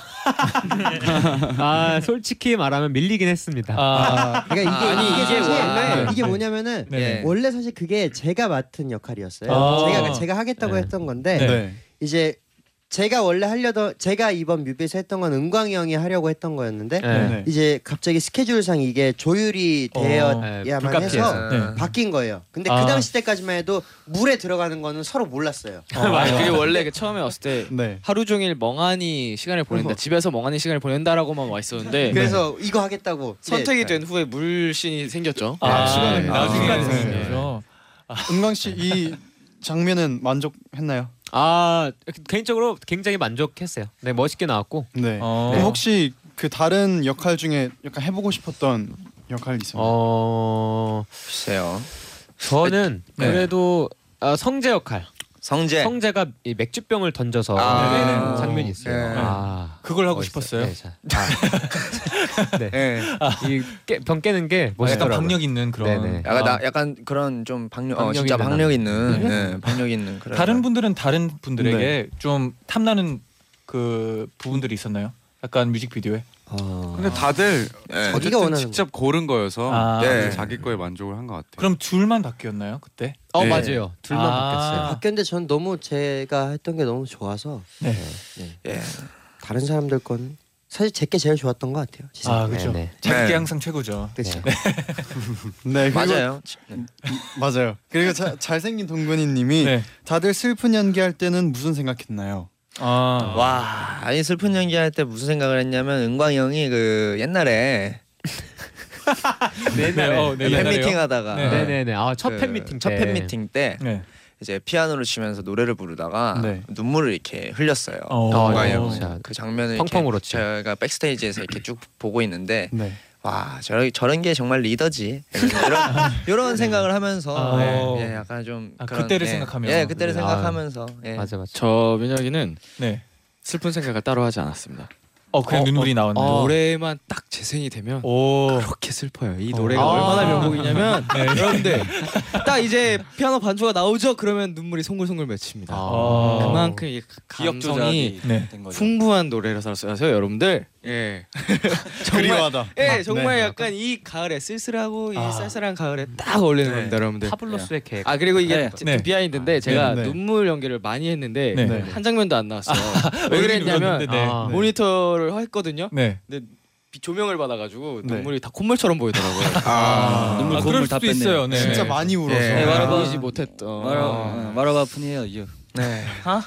[SPEAKER 6] 아 솔직히 말하면 밀리긴 했습니다.
[SPEAKER 3] 아,
[SPEAKER 11] 그러니까 이게
[SPEAKER 10] 아니,
[SPEAKER 11] 이게,
[SPEAKER 10] 이게 뭐
[SPEAKER 11] 사실
[SPEAKER 6] 네.
[SPEAKER 10] 원래-
[SPEAKER 11] 이게 뭐냐면은
[SPEAKER 3] 네.
[SPEAKER 11] 원래 사실 그게 제가 맡은 역할이었어요.
[SPEAKER 3] 아.
[SPEAKER 11] 제가 제가 하겠다고
[SPEAKER 6] 네.
[SPEAKER 11] 했던 건데
[SPEAKER 3] 네.
[SPEAKER 11] 이제 제가 원래 하려던 제가 이번 뮤비에서 했던 건 은광이 형이 하려고 했던 거였는데
[SPEAKER 6] 네.
[SPEAKER 2] 네.
[SPEAKER 11] 이제 갑자기 스케줄상 이게 조율이
[SPEAKER 3] 어,
[SPEAKER 11] 되어야만
[SPEAKER 6] 네, 불가피해서.
[SPEAKER 11] 해서
[SPEAKER 3] 네.
[SPEAKER 11] 바뀐 거예요. 근데
[SPEAKER 3] 아.
[SPEAKER 11] 그 당시 때까지만 해도 물에 들어가는 거는 서로 몰랐어요.
[SPEAKER 10] 맞아요. 그게 원래 그 처음에 왔을 때
[SPEAKER 2] 네.
[SPEAKER 10] 하루 종일 멍하니 시간을 보낸다. 집에서 멍하니 시간을 보낸다라고만 와 있었는데 네.
[SPEAKER 11] 그래서 이거 하겠다고 네. 근데
[SPEAKER 7] 예.
[SPEAKER 10] 선택이 된 후에 물씬이 생겼죠.
[SPEAKER 3] 아,
[SPEAKER 2] 시간을
[SPEAKER 3] 나중까지
[SPEAKER 2] 아, 네.
[SPEAKER 3] 쓰는 거죠.
[SPEAKER 11] 아.
[SPEAKER 2] 은광 씨 이 장면은 만족했나요?
[SPEAKER 6] 아 개인적으로 굉장히 만족했어요. 네 멋있게 나왔고.
[SPEAKER 2] 네.
[SPEAKER 3] 어.
[SPEAKER 2] 그럼 혹시 그 다른 역할 중에 약간 해보고 싶었던 역할이 있어요?
[SPEAKER 6] 어
[SPEAKER 7] 글쎄요.
[SPEAKER 6] 저는
[SPEAKER 3] 네.
[SPEAKER 6] 그래도 아, 성재 역할.
[SPEAKER 7] 성재.
[SPEAKER 6] 성재가 이 맥주병을 던져서
[SPEAKER 7] 아,
[SPEAKER 6] 때리는
[SPEAKER 7] 네.
[SPEAKER 6] 장면이 있어요.
[SPEAKER 7] 네.
[SPEAKER 6] 아.
[SPEAKER 3] 그걸 하고
[SPEAKER 6] 멋있어요.
[SPEAKER 3] 싶었어요.
[SPEAKER 6] 네, 자, 아. 네.
[SPEAKER 7] 예.
[SPEAKER 6] 이병 깨는 게
[SPEAKER 3] 약간
[SPEAKER 6] 멋있더라고요.
[SPEAKER 3] 박력 있는 그런.
[SPEAKER 6] 네네.
[SPEAKER 7] 약간 나 약간 그런 좀 박력, 어,
[SPEAKER 6] 박력이
[SPEAKER 7] 진짜
[SPEAKER 6] 되나?
[SPEAKER 7] 박력 있는, 네, 박력 있는 그런. 네.
[SPEAKER 3] 다른 분들은 다른 분들에게 좀 탐나는 그 부분들이 있었나요? 약간 뮤직비디오에.
[SPEAKER 10] 아.
[SPEAKER 9] 근데 다들
[SPEAKER 7] 예.
[SPEAKER 11] 자기가
[SPEAKER 9] 어쨌든
[SPEAKER 11] 네. 원하는
[SPEAKER 9] 직접 고른 거여서
[SPEAKER 3] 아.
[SPEAKER 9] 네.
[SPEAKER 7] 네.
[SPEAKER 9] 자기 거에 만족을 한 것 같아요.
[SPEAKER 3] 그럼 둘만 바뀌었나요 그때?
[SPEAKER 6] 어
[SPEAKER 9] 네.
[SPEAKER 6] 맞아요. 둘만
[SPEAKER 3] 아.
[SPEAKER 6] 바뀌었어요.
[SPEAKER 11] 바뀌었는데 전 너무 제가 했던 게 너무 좋아서
[SPEAKER 3] 네.
[SPEAKER 7] 예.
[SPEAKER 11] 다른 사람들 건 사실 제게 제일 좋았던 것 같아요. 진짜.
[SPEAKER 3] 아 그죠.
[SPEAKER 11] 네, 네.
[SPEAKER 3] 작게
[SPEAKER 11] 네.
[SPEAKER 3] 항상 최고죠.
[SPEAKER 11] 그쵸.
[SPEAKER 3] 네.
[SPEAKER 2] 네, 그리고-
[SPEAKER 7] 맞아요.
[SPEAKER 2] 맞아요. 그리고 자, 잘생긴 동근이님이
[SPEAKER 3] 네.
[SPEAKER 2] 다들 슬픈 연기할 때는 무슨 생각했나요?
[SPEAKER 3] 아.
[SPEAKER 7] 와 아니 슬픈 연기할 때 무슨 생각을 했냐면 은광이 형이 그 옛날에
[SPEAKER 6] 옛날에.
[SPEAKER 7] 어,
[SPEAKER 6] 네, 옛날에요?
[SPEAKER 7] 팬미팅 하다가
[SPEAKER 6] 네. 네네네. 아, 첫
[SPEAKER 7] 그
[SPEAKER 6] 팬미팅
[SPEAKER 7] 첫
[SPEAKER 6] 때.
[SPEAKER 7] 팬미팅 때
[SPEAKER 3] 네.
[SPEAKER 7] 이제 피아노를 치면서 노래를 부르다가
[SPEAKER 10] 네.
[SPEAKER 7] 눈물을 이렇게 흘렸어요.
[SPEAKER 6] 어.
[SPEAKER 7] 은광이
[SPEAKER 6] 아,
[SPEAKER 7] 형이.
[SPEAKER 6] 진짜
[SPEAKER 7] 그 장면을
[SPEAKER 6] 펑펑
[SPEAKER 7] 이렇게 저희가 백스테이지에서 이렇게 쭉 보고 있는데
[SPEAKER 2] 네.
[SPEAKER 7] 와 저런 저런 게 정말 리더지 이런 이런 생각을 하면서 예, 예, 약간 좀
[SPEAKER 10] 아,
[SPEAKER 7] 그런,
[SPEAKER 10] 그때를
[SPEAKER 7] 예,
[SPEAKER 10] 생각하면서.
[SPEAKER 7] 예 그때를
[SPEAKER 10] 아,
[SPEAKER 7] 생각하면서 예.
[SPEAKER 10] 저 민혁이는
[SPEAKER 3] 네.
[SPEAKER 10] 슬픈 생각을 따로 하지 않았습니다.
[SPEAKER 3] 어, 그냥 눈물이 나왔네요.
[SPEAKER 10] 노래만 딱 재생이 되면 그렇게 슬퍼요. 이
[SPEAKER 3] 어.
[SPEAKER 10] 노래가
[SPEAKER 3] 아.
[SPEAKER 10] 얼마나 명곡이냐면
[SPEAKER 3] 네.
[SPEAKER 10] 여러분들 딱 이제 피아노 반주가 나오죠. 그러면 눈물이 송글송글 맺힙니다.
[SPEAKER 3] 아.
[SPEAKER 10] 그만큼 이
[SPEAKER 8] 기억
[SPEAKER 10] 감성이
[SPEAKER 8] 조작이 네. 된 거죠.
[SPEAKER 10] 풍부한 노래라서 여러분들 예 정말-
[SPEAKER 2] 그리워하다.
[SPEAKER 10] 예 정말
[SPEAKER 6] 네.
[SPEAKER 10] 약간 이 가을에 쓸쓸하고
[SPEAKER 6] 아.
[SPEAKER 10] 이 쌀쌀한 가을에 딱 어울리는
[SPEAKER 6] 네.
[SPEAKER 10] 겁니다, 여러분들.
[SPEAKER 6] 파블로스의 계획.
[SPEAKER 10] 아 그리고 이게
[SPEAKER 6] 네.
[SPEAKER 10] 좀
[SPEAKER 6] 네.
[SPEAKER 10] 비하인드인데 제가
[SPEAKER 6] 네.
[SPEAKER 10] 눈물 연기를 많이 했는데
[SPEAKER 6] 네.
[SPEAKER 10] 한 장면도 안 나왔어요. 왜
[SPEAKER 6] 얼굴이
[SPEAKER 10] 그랬냐면
[SPEAKER 6] 눌렀는데, 네.
[SPEAKER 10] 아,
[SPEAKER 6] 네.
[SPEAKER 10] 모니터를 했거든요.
[SPEAKER 3] 네.
[SPEAKER 10] 근데 비- 조명을 받아가지고
[SPEAKER 3] 네.
[SPEAKER 10] 눈물이 다 콧물처럼 보이더라고요.
[SPEAKER 8] 아. 눈물 아, 그럴
[SPEAKER 10] 콧물
[SPEAKER 8] 수도
[SPEAKER 10] 다 뺐네요.
[SPEAKER 8] 있어요. 네.
[SPEAKER 10] 진짜
[SPEAKER 8] 네.
[SPEAKER 10] 많이 울어서
[SPEAKER 8] 네. 네, 말아봐.
[SPEAKER 10] 보이지 못했던. 어.
[SPEAKER 8] 말아 말아봐 푼이에요 이유.
[SPEAKER 10] 네.
[SPEAKER 8] 하?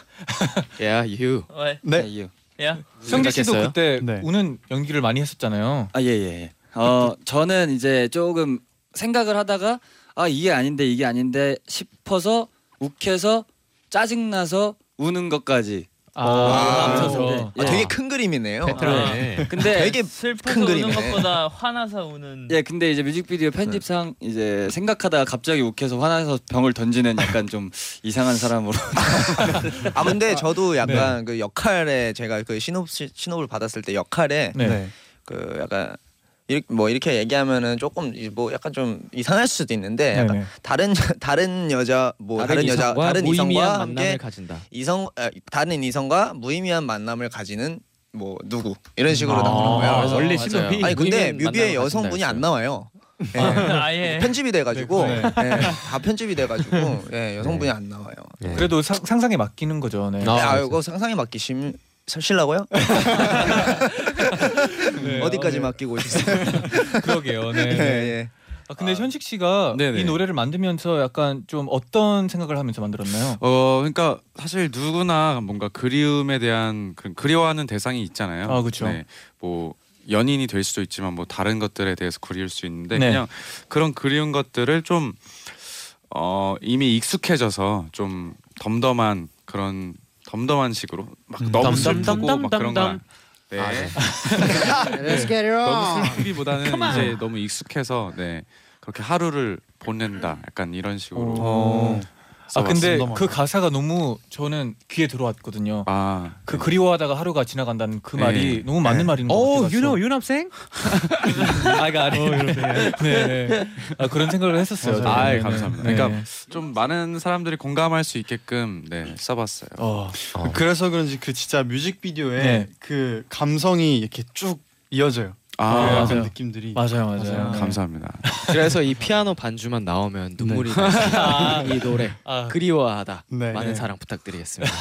[SPEAKER 10] Yeah, you.
[SPEAKER 8] 네.
[SPEAKER 10] you.
[SPEAKER 8] 야.
[SPEAKER 3] 성기 씨도
[SPEAKER 8] 생각했어요?
[SPEAKER 3] 그때
[SPEAKER 7] 네.
[SPEAKER 3] 우는 연기를 많이 했었잖아요.
[SPEAKER 8] 아 예예. 예, 어 저는 이제 조금 생각을 하다가 아 이게 아닌데 이게 아닌데 싶어서 욱해서 짜증 나서 우는 것까지. 어, 예.
[SPEAKER 3] 아,
[SPEAKER 7] 아, 되게 큰 그림이네요.
[SPEAKER 8] 베테랑이네.
[SPEAKER 7] 아.
[SPEAKER 8] 근데
[SPEAKER 7] 되게
[SPEAKER 12] 슬퍼서
[SPEAKER 7] 큰
[SPEAKER 12] 우는
[SPEAKER 7] 그림이네.
[SPEAKER 12] 것보다 화나서 우는
[SPEAKER 8] 예, 근데 이제 뮤직비디오 편집상 이제 생각하다가 갑자기 욱해서 화나서 병을 던지는 약간 좀 이상한 사람으로.
[SPEAKER 7] 아 근데
[SPEAKER 10] 네.
[SPEAKER 7] 저도 약간 그 역할에 제가 그 신업 신업을 받았을 때 역할에
[SPEAKER 8] 네.
[SPEAKER 7] 그 약간 이렇게 뭐 이렇게 얘기하면은 조금 이- 뭐 약간 좀 이상할 수도 있는데 약간
[SPEAKER 10] 네네.
[SPEAKER 7] 다른 여- 다른 여자 뭐
[SPEAKER 10] 다른
[SPEAKER 7] 다른, 여자
[SPEAKER 10] 이성과
[SPEAKER 7] 다른
[SPEAKER 10] 무의미한
[SPEAKER 7] 이성과
[SPEAKER 10] 만남을
[SPEAKER 7] 함께
[SPEAKER 10] 가진다.
[SPEAKER 7] 이성 아, 다른 이성과 무의미한 만남을 가지는 뭐 누구 이런 식으로
[SPEAKER 10] 아,
[SPEAKER 7] 나오는 거예요. 그래서
[SPEAKER 10] 원래
[SPEAKER 7] 맞아요.
[SPEAKER 10] 신업이
[SPEAKER 7] 아니 근데
[SPEAKER 10] 무의미한
[SPEAKER 7] 뮤비에
[SPEAKER 10] 만남을
[SPEAKER 7] 여성분이
[SPEAKER 10] 가진다
[SPEAKER 7] 안 나와요. 예.
[SPEAKER 3] 아, 아예.
[SPEAKER 7] 편집이 돼가지고
[SPEAKER 3] 네,
[SPEAKER 7] 예, 다 편집이 돼가지고 예, 여성분이 안 나와요.
[SPEAKER 10] 예.
[SPEAKER 3] 그래도 상, 상상에 맡기는 거죠. 네.
[SPEAKER 7] 아, 이거 상상에 맡기심 실라고요?
[SPEAKER 3] 아,
[SPEAKER 7] 어디까지 맡기고 있어요?
[SPEAKER 3] 네, 그러게요. 네. 네.
[SPEAKER 7] 예, 예.
[SPEAKER 3] 아, 근데 현식 씨가 이 노래를 만들면서 약간 좀 어떤 생각을 하면서 만들었나요?
[SPEAKER 9] 어 그러니까 사실 누구나 뭔가 그리움에 대한 그런 그리워하는 대상이 있잖아요.
[SPEAKER 3] 아, 그쵸.
[SPEAKER 9] 뭐 연인이 될 수도 있지만 뭐 다른 것들에 대해서 그리울 수 있는데
[SPEAKER 3] 네.
[SPEAKER 9] 그냥 그런 그리운 것들을 좀 어, 이미 익숙해져서 좀 덤덤한 그런 덤덤한 식으로 막
[SPEAKER 11] 음,
[SPEAKER 9] 너무
[SPEAKER 11] 덤덤,
[SPEAKER 9] 슬프고 막
[SPEAKER 11] 덤덤,
[SPEAKER 9] 그런
[SPEAKER 11] 덤덤.
[SPEAKER 9] 거. 네.
[SPEAKER 11] 아, 네.
[SPEAKER 9] Let's
[SPEAKER 11] get it on.
[SPEAKER 9] 너무 슬프기보다는
[SPEAKER 11] Come on.
[SPEAKER 9] 이제 너무 익숙해서 네 그렇게 하루를 보낸다 약간 이런 식으로.
[SPEAKER 3] 오.
[SPEAKER 11] 어.
[SPEAKER 3] 아 근데
[SPEAKER 9] 써봤습니다.
[SPEAKER 3] 그 가사가 너무 저는 귀에 들어왔거든요.
[SPEAKER 9] 아,
[SPEAKER 3] 그 그리워하다가 하루가 지나간다는 그
[SPEAKER 9] 네.
[SPEAKER 3] 말이 너무 맞는
[SPEAKER 9] 네.
[SPEAKER 3] 말인 것
[SPEAKER 6] 오,
[SPEAKER 3] 같아서.
[SPEAKER 6] you know, 유남생?
[SPEAKER 3] 아가 아니.
[SPEAKER 9] 어, 이렇게.
[SPEAKER 3] 네. 네. 아 그런 생각을 했었어요.
[SPEAKER 9] 맞아요. 아이,
[SPEAKER 3] 네, 네,
[SPEAKER 9] 감사합니다.
[SPEAKER 3] 네.
[SPEAKER 9] 그러니까 좀 많은 사람들이 공감할 수 있게끔 네, 써봤어요.
[SPEAKER 2] 그래서 그런지 그 진짜 뮤직비디오에
[SPEAKER 9] 네.
[SPEAKER 2] 그 감성이 이렇게 쭉 이어져요.
[SPEAKER 9] 아,
[SPEAKER 2] 그 약간
[SPEAKER 10] 맞아요.
[SPEAKER 2] 느낌들이
[SPEAKER 10] 맞아요, 맞아요. 네.
[SPEAKER 9] 감사합니다.
[SPEAKER 10] 그래서 이 피아노 반주만 나오면 눈물이
[SPEAKER 2] 네.
[SPEAKER 10] 나서
[SPEAKER 2] 아.
[SPEAKER 10] 이 노래
[SPEAKER 2] 아.
[SPEAKER 10] 그리워하다
[SPEAKER 2] 네.
[SPEAKER 10] 많은
[SPEAKER 2] 네.
[SPEAKER 10] 사랑 부탁드리겠습니다.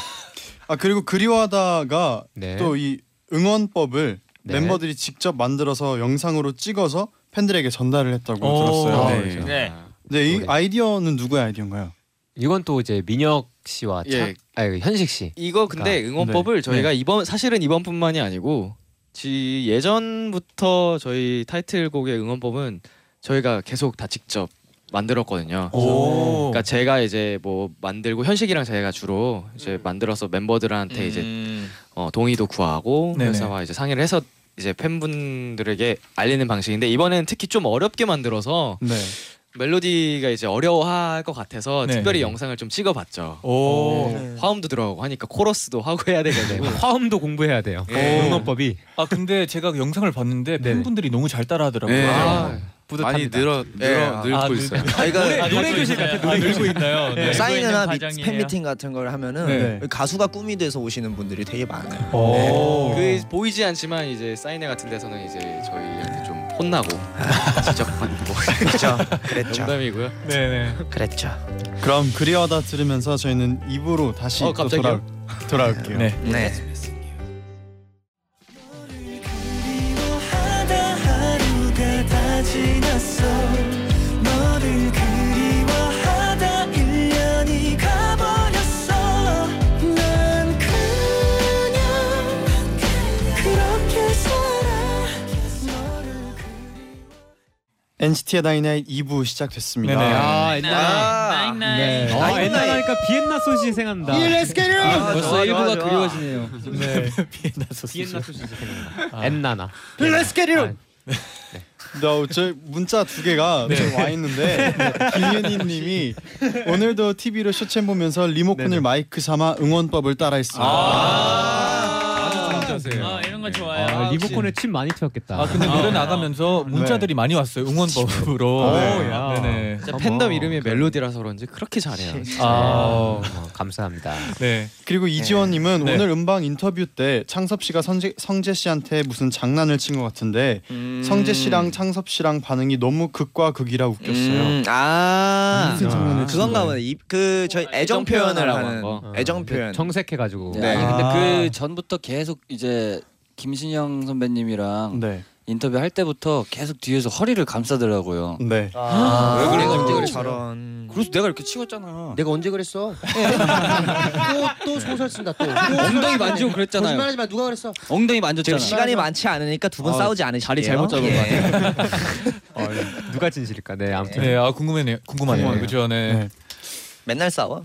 [SPEAKER 2] 아 그리고 그리워하다가
[SPEAKER 10] 네.
[SPEAKER 2] 또 이 응원법을
[SPEAKER 10] 네.
[SPEAKER 2] 멤버들이 직접 만들어서 영상으로 찍어서 팬들에게 전달을 했다고
[SPEAKER 6] 오,
[SPEAKER 13] 아,
[SPEAKER 2] 들었어요.
[SPEAKER 6] 네.
[SPEAKER 13] 그렇죠.
[SPEAKER 6] 네.
[SPEAKER 2] 네, 이 아이디어는 누구의 아이디어인가요?
[SPEAKER 6] 이건 또 이제 민혁 씨와 차,
[SPEAKER 10] 예.
[SPEAKER 6] 아니 현식 씨. 그러니까. 네.
[SPEAKER 10] 이거 근데 응원법을 저희가 이번 사실은 이번뿐만이 아니고 지 예전부터 저희 타이틀곡의 응원법은 저희가 계속 다 직접 만들었거든요.
[SPEAKER 3] 오.
[SPEAKER 10] 그러니까 제가 이제 뭐 만들고 현식이랑 제가 주로 이제 만들어서 멤버들한테 이제 어, 동의도 구하고
[SPEAKER 3] 네네.
[SPEAKER 10] 회사와 이제 상의를 해서 이제 팬분들에게 알리는 방식인데 이번에는 특히 좀 어렵게 만들어서
[SPEAKER 2] 네.
[SPEAKER 10] 멜로디가 이제 어려워할 것 같아서
[SPEAKER 3] 네.
[SPEAKER 10] 특별히 영상을 좀 찍어봤죠.
[SPEAKER 3] 오.
[SPEAKER 10] 네. 화음도 들어가고 하니까 코러스도 하고 해야 되거든요.
[SPEAKER 6] 화음도 공부해야 돼요.
[SPEAKER 3] 예.
[SPEAKER 6] 응원법이.
[SPEAKER 3] 아 근데 제가 영상을 봤는데 팬분들이 너무 잘 따라하더라고요.
[SPEAKER 9] 네.
[SPEAKER 3] 아, 예.
[SPEAKER 9] 뿌듯합니다. 많이 늘어- 늘어- 늘고 있어요.
[SPEAKER 7] 네. 아, 이거-
[SPEAKER 3] 노래,
[SPEAKER 7] 아,
[SPEAKER 3] 노래
[SPEAKER 7] 아,
[SPEAKER 3] 교실 같아. 노래
[SPEAKER 7] 아,
[SPEAKER 3] 교실 있나요? 네.
[SPEAKER 7] 사인회나 미-
[SPEAKER 3] 과정이에요.
[SPEAKER 7] 팬미팅 같은 걸 하면은 그
[SPEAKER 3] 네.
[SPEAKER 7] 가수가 꿈이 돼서 오시는 분들이 되게 많아요.
[SPEAKER 10] 오.
[SPEAKER 7] 네.
[SPEAKER 10] 그 보이지 않지만 이제 사인회 같은 데서는 이제 저희한테 좀 혼나고 지적받고
[SPEAKER 7] 그렇죠.
[SPEAKER 10] 농담이고요.
[SPEAKER 3] 네네.
[SPEAKER 7] 그랬죠.
[SPEAKER 2] 그럼 그리워하다 들으면서 저희는 2부로 다시
[SPEAKER 10] 어,
[SPEAKER 2] 또
[SPEAKER 13] 네.
[SPEAKER 10] 갑자기요?
[SPEAKER 2] 돌아, 돌아올게요.
[SPEAKER 3] 네.
[SPEAKER 7] 네.
[SPEAKER 4] 않았어 너를 그리워하다 1년이 가버렸어 난 그냥 그렇게 살아
[SPEAKER 2] NCT의 나인나잇 2부 시작됐습니다.
[SPEAKER 13] 네네. 아, 옛날에.
[SPEAKER 2] 아,
[SPEAKER 13] 나잇나잇.
[SPEAKER 6] 네.
[SPEAKER 13] 나잇나잇. 아,
[SPEAKER 2] 나잇나잇.
[SPEAKER 13] 옛날에 하니까 비엔나 소시 생각난다.
[SPEAKER 2] 예, let's get it on.
[SPEAKER 13] 아, 벌써
[SPEAKER 2] 좋아,
[SPEAKER 13] 1부가
[SPEAKER 2] 좋아, 좋아.
[SPEAKER 13] 그리워지네요.
[SPEAKER 2] 네.
[SPEAKER 3] 비엔나 소시.
[SPEAKER 6] 비엔나 소시지 생각나.
[SPEAKER 2] 아.
[SPEAKER 6] 엔나나.
[SPEAKER 2] Let's get it on. 아, 네. 나저 문자 두 개가
[SPEAKER 6] 네.
[SPEAKER 2] 지금 와 있는데 김윤희님이 오늘도 TV로 쇼챔 보면서 리모컨을 마이크 삼아 응원법을 따라했습니다.
[SPEAKER 12] 아, 이런 거 좋아요.
[SPEAKER 2] 아, 역시.
[SPEAKER 6] 리모컨에 침 많이 튀었겠다.
[SPEAKER 3] 아 근데 노래 나가면서
[SPEAKER 2] 네.
[SPEAKER 3] 문자들이 많이 왔어요. 응원법으로.
[SPEAKER 10] 아,
[SPEAKER 6] 오,
[SPEAKER 3] 네.
[SPEAKER 6] 야.
[SPEAKER 3] 네네.
[SPEAKER 6] 진짜
[SPEAKER 10] 팬덤 이름이
[SPEAKER 2] 그러니까.
[SPEAKER 10] 멜로디라서 그런지 그렇게 잘해요. 진짜.
[SPEAKER 3] 아.
[SPEAKER 6] 어, 감사합니다.
[SPEAKER 3] 네.
[SPEAKER 2] 그리고 이지원님은
[SPEAKER 6] 네.
[SPEAKER 2] 오늘 음방 인터뷰 때 창섭 씨가 성재, 성재 씨한테 무슨 장난을 친 것 같은데
[SPEAKER 7] 음.
[SPEAKER 2] 성재 씨랑 창섭 씨랑 반응이 너무 극과 극이라 웃겼어요.
[SPEAKER 7] 음, 아
[SPEAKER 2] 무슨 장난을 치는
[SPEAKER 7] 그건가
[SPEAKER 2] 거예요?
[SPEAKER 7] 보네. 이- 그 저희 애정 표현을 하는
[SPEAKER 8] 뭐,
[SPEAKER 7] 애정 표현.
[SPEAKER 6] 정색해가지고.
[SPEAKER 7] 네.
[SPEAKER 8] 아니 근데
[SPEAKER 7] 아.
[SPEAKER 8] 그 전부터 계속 이제 김신영 선배님이랑 인터뷰 할 때부터 계속 뒤에서 허리를 감싸더라고요.
[SPEAKER 2] 네.
[SPEAKER 11] 아.
[SPEAKER 8] 왜 그래?
[SPEAKER 11] 내가 언제
[SPEAKER 8] 언제
[SPEAKER 11] 그랬어?
[SPEAKER 7] 그렇죠.
[SPEAKER 8] 저런. 그래서 내가 이렇게 치웠잖아.
[SPEAKER 11] 내가 언제 그랬어? 또 또 소설 쓴다 또. 또
[SPEAKER 8] 엉덩이
[SPEAKER 11] 소설
[SPEAKER 8] 만지고
[SPEAKER 11] 쓰네.
[SPEAKER 8] 그랬잖아요.
[SPEAKER 11] 거짓말하지 마. 누가 그랬어?
[SPEAKER 8] 엉덩이
[SPEAKER 7] 지금
[SPEAKER 8] 만졌잖아.
[SPEAKER 7] 시간이 많지 않으니까 두 분
[SPEAKER 6] 아,
[SPEAKER 7] 싸우지 않으실게요.
[SPEAKER 6] 자리 잘못 잡은
[SPEAKER 7] 예.
[SPEAKER 6] 것 누가 진실일까? 네, 아무튼.
[SPEAKER 3] 네, 아 궁금하네요. 궁금하네요.
[SPEAKER 2] 네.
[SPEAKER 3] 그죠, 네.
[SPEAKER 7] 어, 맨날 싸워.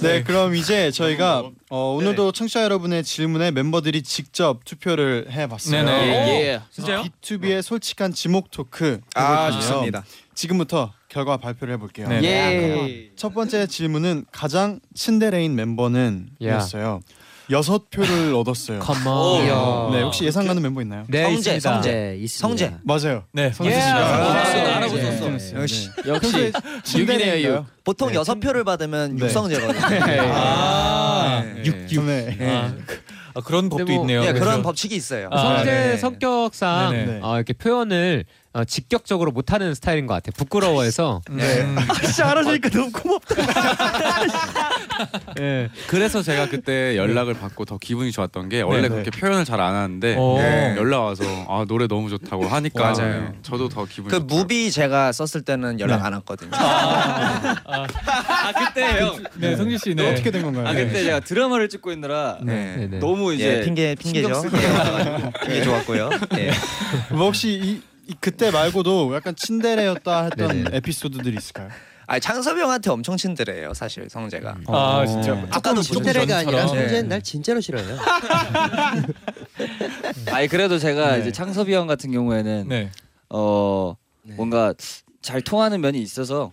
[SPEAKER 2] 네, 그럼 이제 저희가 어, 오늘도
[SPEAKER 7] 네.
[SPEAKER 2] 청취자 여러분의 질문에 멤버들이 직접 투표를 해봤어요.
[SPEAKER 3] 네네. 예, 예.
[SPEAKER 2] 진짜요? B2B의 솔직한 지목 토크.
[SPEAKER 7] 네. 아,
[SPEAKER 2] 해볼 건데요.
[SPEAKER 7] 좋습니다.
[SPEAKER 2] 지금부터 결과 발표를 해볼게요.
[SPEAKER 7] 네. 예.
[SPEAKER 2] 첫 번째 질문은 가장 친데레인 멤버는
[SPEAKER 6] 야.
[SPEAKER 2] 이었어요. 여섯 표를 얻었어요.
[SPEAKER 6] 컴온. 이야.
[SPEAKER 2] 네, 혹시 예상 가는 멤버 있나요?
[SPEAKER 6] 네, 성재, 있습니다. 성재. 네, 있습니다. 성재.
[SPEAKER 2] 맞아요.
[SPEAKER 3] 네,
[SPEAKER 2] 성재
[SPEAKER 7] 예,
[SPEAKER 2] 씨가
[SPEAKER 7] 성재.
[SPEAKER 2] 아,
[SPEAKER 7] 알아보고
[SPEAKER 2] 네.
[SPEAKER 7] 있었어.
[SPEAKER 2] 네.
[SPEAKER 7] 역시.
[SPEAKER 2] 네.
[SPEAKER 7] 역시.
[SPEAKER 2] 평소에 친데레인가요?
[SPEAKER 7] 육이네요, 육. 보통 여섯 표를 받으면 육성제거든요.
[SPEAKER 3] 아,
[SPEAKER 7] 네.
[SPEAKER 3] 육육. 아, 그- 아, 그런 법도
[SPEAKER 6] 뭐,
[SPEAKER 3] 있네요.
[SPEAKER 7] 예,
[SPEAKER 3] 그래서.
[SPEAKER 7] 그런 법칙이 있어요.
[SPEAKER 6] 성재
[SPEAKER 7] 네.
[SPEAKER 6] 성격상
[SPEAKER 3] 네네.
[SPEAKER 6] 어, 이렇게 표현을 어, 직격적으로 못하는 스타일인 것 같아. 부끄러워해서.
[SPEAKER 3] 네.
[SPEAKER 6] 아, 진짜 알아주니까 너무
[SPEAKER 9] 예. 그래서 제가 그때 연락을 받고 더 기분이 좋았던 게 원래
[SPEAKER 3] 네.
[SPEAKER 9] 그렇게 표현을 잘 안 하는데
[SPEAKER 3] 오.
[SPEAKER 9] 예, 연락 와서 아 노래 너무 좋다고 하니까
[SPEAKER 7] 맞아요.
[SPEAKER 9] 저도 더 기분이
[SPEAKER 7] 그
[SPEAKER 9] 좋-
[SPEAKER 7] 무비 제가 썼을
[SPEAKER 9] 네.
[SPEAKER 7] 때는 연락 안 왔거든요.
[SPEAKER 8] 아 그때 형.
[SPEAKER 3] 네, 성진 씨.
[SPEAKER 8] 네.
[SPEAKER 2] 된 건가요?
[SPEAKER 8] 아 그때 제가 드라마를 찍고 있느라
[SPEAKER 7] 네.
[SPEAKER 8] 너무 이제
[SPEAKER 7] 예, 핑계
[SPEAKER 8] 신경
[SPEAKER 7] 핑계죠.
[SPEAKER 8] 쓰고
[SPEAKER 7] 예. 핑계 좋았고요. 예.
[SPEAKER 2] 뭐 혹시 이, 이 그때 말고도 약간 친데레였다 했던
[SPEAKER 7] 네네.
[SPEAKER 2] 에피소드들이 있을까요?
[SPEAKER 7] 아 창섭이 형한테 엄청 친들해요 사실 성재가.
[SPEAKER 2] 아, 진짜.
[SPEAKER 7] 어. 아까도 보셨죠?
[SPEAKER 11] 어.
[SPEAKER 7] 네.
[SPEAKER 11] 친데레가 아니라
[SPEAKER 7] 저처럼.
[SPEAKER 11] 성재는 날 진짜로 싫어해요.
[SPEAKER 8] 아니 그래도 제가 이제 창섭이 형 같은 경우에는 어 뭔가 잘 통하는 면이 있어서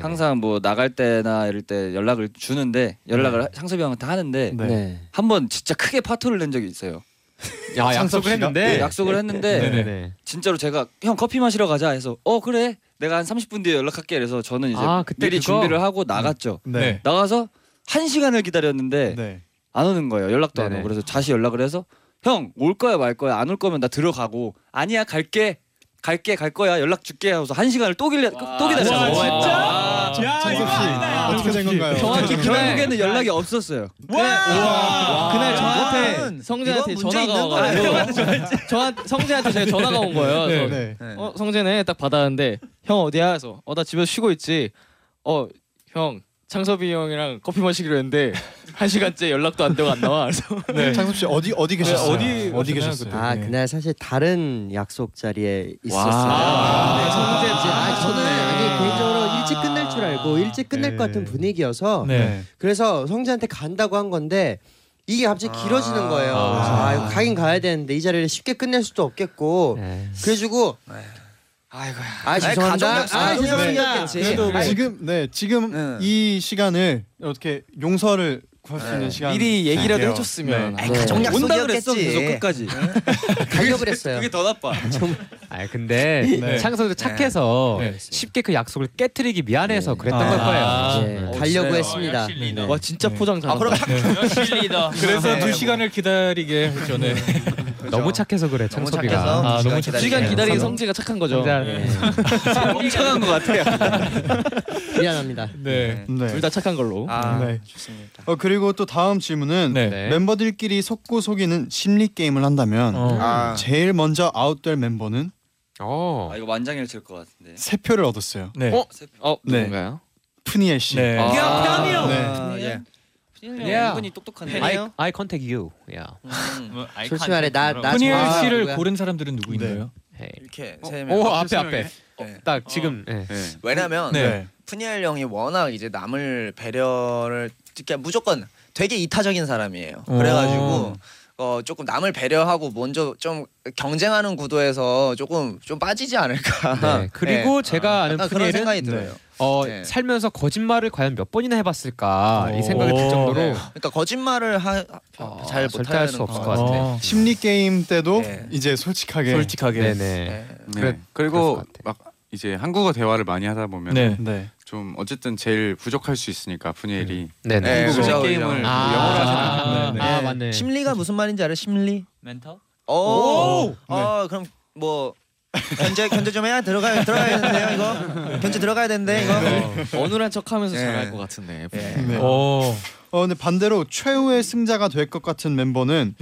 [SPEAKER 8] 항상 뭐 나갈 때나 이럴 때 연락을 주는데 연락을
[SPEAKER 7] 네.
[SPEAKER 8] 하- 창섭이 형한테 하는데
[SPEAKER 6] 네. 네.
[SPEAKER 8] 한번 진짜 크게 파토를 낸 적이 있어요.
[SPEAKER 6] 야,
[SPEAKER 8] 창섭
[SPEAKER 6] 약속을
[SPEAKER 8] 씨가?
[SPEAKER 6] 했는데?
[SPEAKER 8] 네, 약속을 했는데
[SPEAKER 6] 네네.
[SPEAKER 8] 진짜로 제가 형 커피 마시러 가자 해서 어 그래 내가 한 30분 뒤에 연락할게 그래서 저는 이제
[SPEAKER 6] 아, 그때
[SPEAKER 8] 미리
[SPEAKER 6] 그거?
[SPEAKER 8] 준비를 하고 나갔죠.
[SPEAKER 6] 네. 네.
[SPEAKER 8] 나가서 한 시간을 기다렸는데 안 오는 거예요. 연락도
[SPEAKER 6] 네,
[SPEAKER 8] 안 오고 그래서 다시 연락을 해서 형 올 거야 말 거야 안 올 거면 나 들어가고 아니야 갈게 갈게 갈 거야 연락 줄게 하고서 한 시간을 또 길래 또 기다렸어요.
[SPEAKER 2] 와, 진짜?
[SPEAKER 8] 와.
[SPEAKER 2] 야, 창섭 씨, 이거 어떻게 된 건가요?
[SPEAKER 8] 정확히
[SPEAKER 2] 어떻게 된 건가요?
[SPEAKER 8] 결국에는 연락이 없었어요.
[SPEAKER 10] 네.
[SPEAKER 8] 이거는-
[SPEAKER 10] 그날
[SPEAKER 3] 아,
[SPEAKER 10] 저한테
[SPEAKER 8] 이건
[SPEAKER 10] 성재한테
[SPEAKER 8] 문제
[SPEAKER 10] 전화가
[SPEAKER 8] 있는 거예요.
[SPEAKER 10] 와가지고 저한테 성재한테 제가 전화가 온 거예요.
[SPEAKER 2] 네,
[SPEAKER 10] 그래서
[SPEAKER 2] 네.
[SPEAKER 10] 어 성재네 딱 받았는데 형 어디야? 해서 어 나 집에서 쉬고 있지. 어 형 창섭이 형이랑 커피 마시기로 했는데 한 시간째 연락도 안 되고 안 나와. 그래서
[SPEAKER 11] 네.
[SPEAKER 2] 창섭 씨 어디 어디 네. 계셨어요? 어디 계셨어요? 네.
[SPEAKER 11] 아 그날 사실 다른 약속 자리에
[SPEAKER 2] 와.
[SPEAKER 11] 있었어요. 네, 성재 씨. 아, 저는 아니, 개인적으로 일찍 끝날 줄 알고 일찍 끝날 것 같은 분위기여서
[SPEAKER 3] 네.
[SPEAKER 11] 그래서 성재한테 간다고 한 건데 이게 갑자기
[SPEAKER 2] 아.
[SPEAKER 11] 길어지는 거예요. 그래서 아, 이거 가긴 가야 되는데 이 자리를 쉽게 끝낼 수도 없겠고
[SPEAKER 2] 네.
[SPEAKER 11] 그래가지고 아이고야. 아 죄송합니다. 아 죄송합니다. 아,
[SPEAKER 2] 그래도 뭐 지금 네 지금 이 시간을 이렇게 용서를 구할 수 있는 시간
[SPEAKER 10] 미리 얘기라도
[SPEAKER 2] 드릴게요.
[SPEAKER 10] 해줬으면.
[SPEAKER 2] 네.
[SPEAKER 10] 아이, 가족
[SPEAKER 8] 온다 그랬어
[SPEAKER 10] 약속이었겠지. 예.
[SPEAKER 8] 계속 끝까지.
[SPEAKER 11] 달려버렸어요.
[SPEAKER 8] 그게 더 나빠.
[SPEAKER 6] 아 근데
[SPEAKER 8] 네.
[SPEAKER 6] 창섭이도 착해서 쉽게 그 약속을 깨뜨리기 미안해서 그랬던
[SPEAKER 11] 아,
[SPEAKER 6] 걸 거예요. 네. 어,
[SPEAKER 10] 어,
[SPEAKER 11] 예,
[SPEAKER 10] 아,
[SPEAKER 11] 달려고
[SPEAKER 6] 아,
[SPEAKER 11] 했습니다.
[SPEAKER 10] 네.
[SPEAKER 6] 와 진짜 포장 잘한다.
[SPEAKER 10] 아,
[SPEAKER 3] 그래서 두 시간을 기다리게 했죠. 네.
[SPEAKER 6] 너무 착해서 그래 창섭이가.
[SPEAKER 3] 착해서 아, 너무 착해서.
[SPEAKER 10] 시간 기다리기
[SPEAKER 6] 네.
[SPEAKER 10] 성재가 착한 거죠. 네.
[SPEAKER 6] 성재- 네.
[SPEAKER 8] 멍청한 것 같아요.
[SPEAKER 11] 미안합니다.
[SPEAKER 3] 네.
[SPEAKER 10] 둘 다 착한 걸로.
[SPEAKER 2] 네. 좋습니다. 어 그리고 또 다음 질문은
[SPEAKER 10] 아, 네.
[SPEAKER 2] 멤버들끼리 속고 속이는 심리 게임을 한다면
[SPEAKER 10] 어. 아.
[SPEAKER 2] 제일 먼저 아웃될 멤버는?
[SPEAKER 8] 아 이거 만장일치일 것 같은데.
[SPEAKER 2] 세 표를 얻었어요.
[SPEAKER 8] 네. 어? 세 표. 어,
[SPEAKER 2] 누군가요? 푸니엘 씨.
[SPEAKER 3] 네.
[SPEAKER 2] 아.
[SPEAKER 8] 야, 푸니엘!
[SPEAKER 2] 네.
[SPEAKER 8] 예.
[SPEAKER 6] Yeah.
[SPEAKER 8] 분이 똑똑하네.
[SPEAKER 6] I, I contact you. Yeah.
[SPEAKER 11] 음.
[SPEAKER 6] 뭐,
[SPEAKER 11] 솔직히 말해, 나- 나
[SPEAKER 3] 푸니엘
[SPEAKER 11] 정말
[SPEAKER 3] 씨를
[SPEAKER 11] 누구야?
[SPEAKER 3] 네. 고른 사람들은 누구인가요?
[SPEAKER 7] 이렇게
[SPEAKER 6] 어,
[SPEAKER 7] 세
[SPEAKER 6] 오,
[SPEAKER 7] 명.
[SPEAKER 6] 앞에, 앞에.
[SPEAKER 7] 네.
[SPEAKER 6] 딱 지금. 네.
[SPEAKER 7] 왜냐면
[SPEAKER 3] 네.
[SPEAKER 7] 푸니엘 형이 워낙 이제 남을 배려를 그러니까 무조건 되게 이타적인 사람이에요.
[SPEAKER 3] 오.
[SPEAKER 7] 그래가지고 어 조금 남을 배려하고 먼저 좀 경쟁하는 구도에서 조금 좀 빠지지 않을까.
[SPEAKER 6] 네. 그리고
[SPEAKER 7] 네.
[SPEAKER 6] 제가 아는
[SPEAKER 7] 약간 그런
[SPEAKER 6] 푸니엘은
[SPEAKER 7] 생각이 들어요.
[SPEAKER 6] 어,
[SPEAKER 7] 네.
[SPEAKER 6] 살면서 거짓말을 과연 몇 번이나 해봤을까 이 생각이 들 정도로 아,
[SPEAKER 7] 네. 그러니까 거짓말을 하, 하- 잘
[SPEAKER 6] 절대
[SPEAKER 7] 못하는
[SPEAKER 6] 할수 없을 것 같아. 어.
[SPEAKER 2] 심리 게임 때도 이제 솔직하게.
[SPEAKER 9] 솔직하게.
[SPEAKER 6] 네네.
[SPEAKER 9] 네. 그리고 막 이제 한국어 대화를 많이 하다 보면
[SPEAKER 2] 네.
[SPEAKER 9] 좀 어쨌든 제일 부족할 수 있으니까 푸니엘이
[SPEAKER 6] 네네.
[SPEAKER 7] 네,
[SPEAKER 9] 한국어
[SPEAKER 7] 그죠,
[SPEAKER 9] 게임을
[SPEAKER 7] 그죠.
[SPEAKER 9] 뭐 영어로 하진
[SPEAKER 6] 아,
[SPEAKER 9] 않아요.
[SPEAKER 6] 아, 맞네.
[SPEAKER 7] 심리가 무슨 말인지 알아? 심리?
[SPEAKER 12] 멘탈?
[SPEAKER 7] 오. 아 그럼 뭐
[SPEAKER 6] 네.
[SPEAKER 7] 견제 견제 좀 해야 들어가야 들어가야 되는데요 이거 견제 들어가야 되는데 이거.
[SPEAKER 6] 네.
[SPEAKER 10] 어눌한 척하면서
[SPEAKER 7] 네.
[SPEAKER 10] 잘할 것 같은데.
[SPEAKER 2] 네. 어. 근데 반대로 최후의 승자가 될 것 같은 멤버는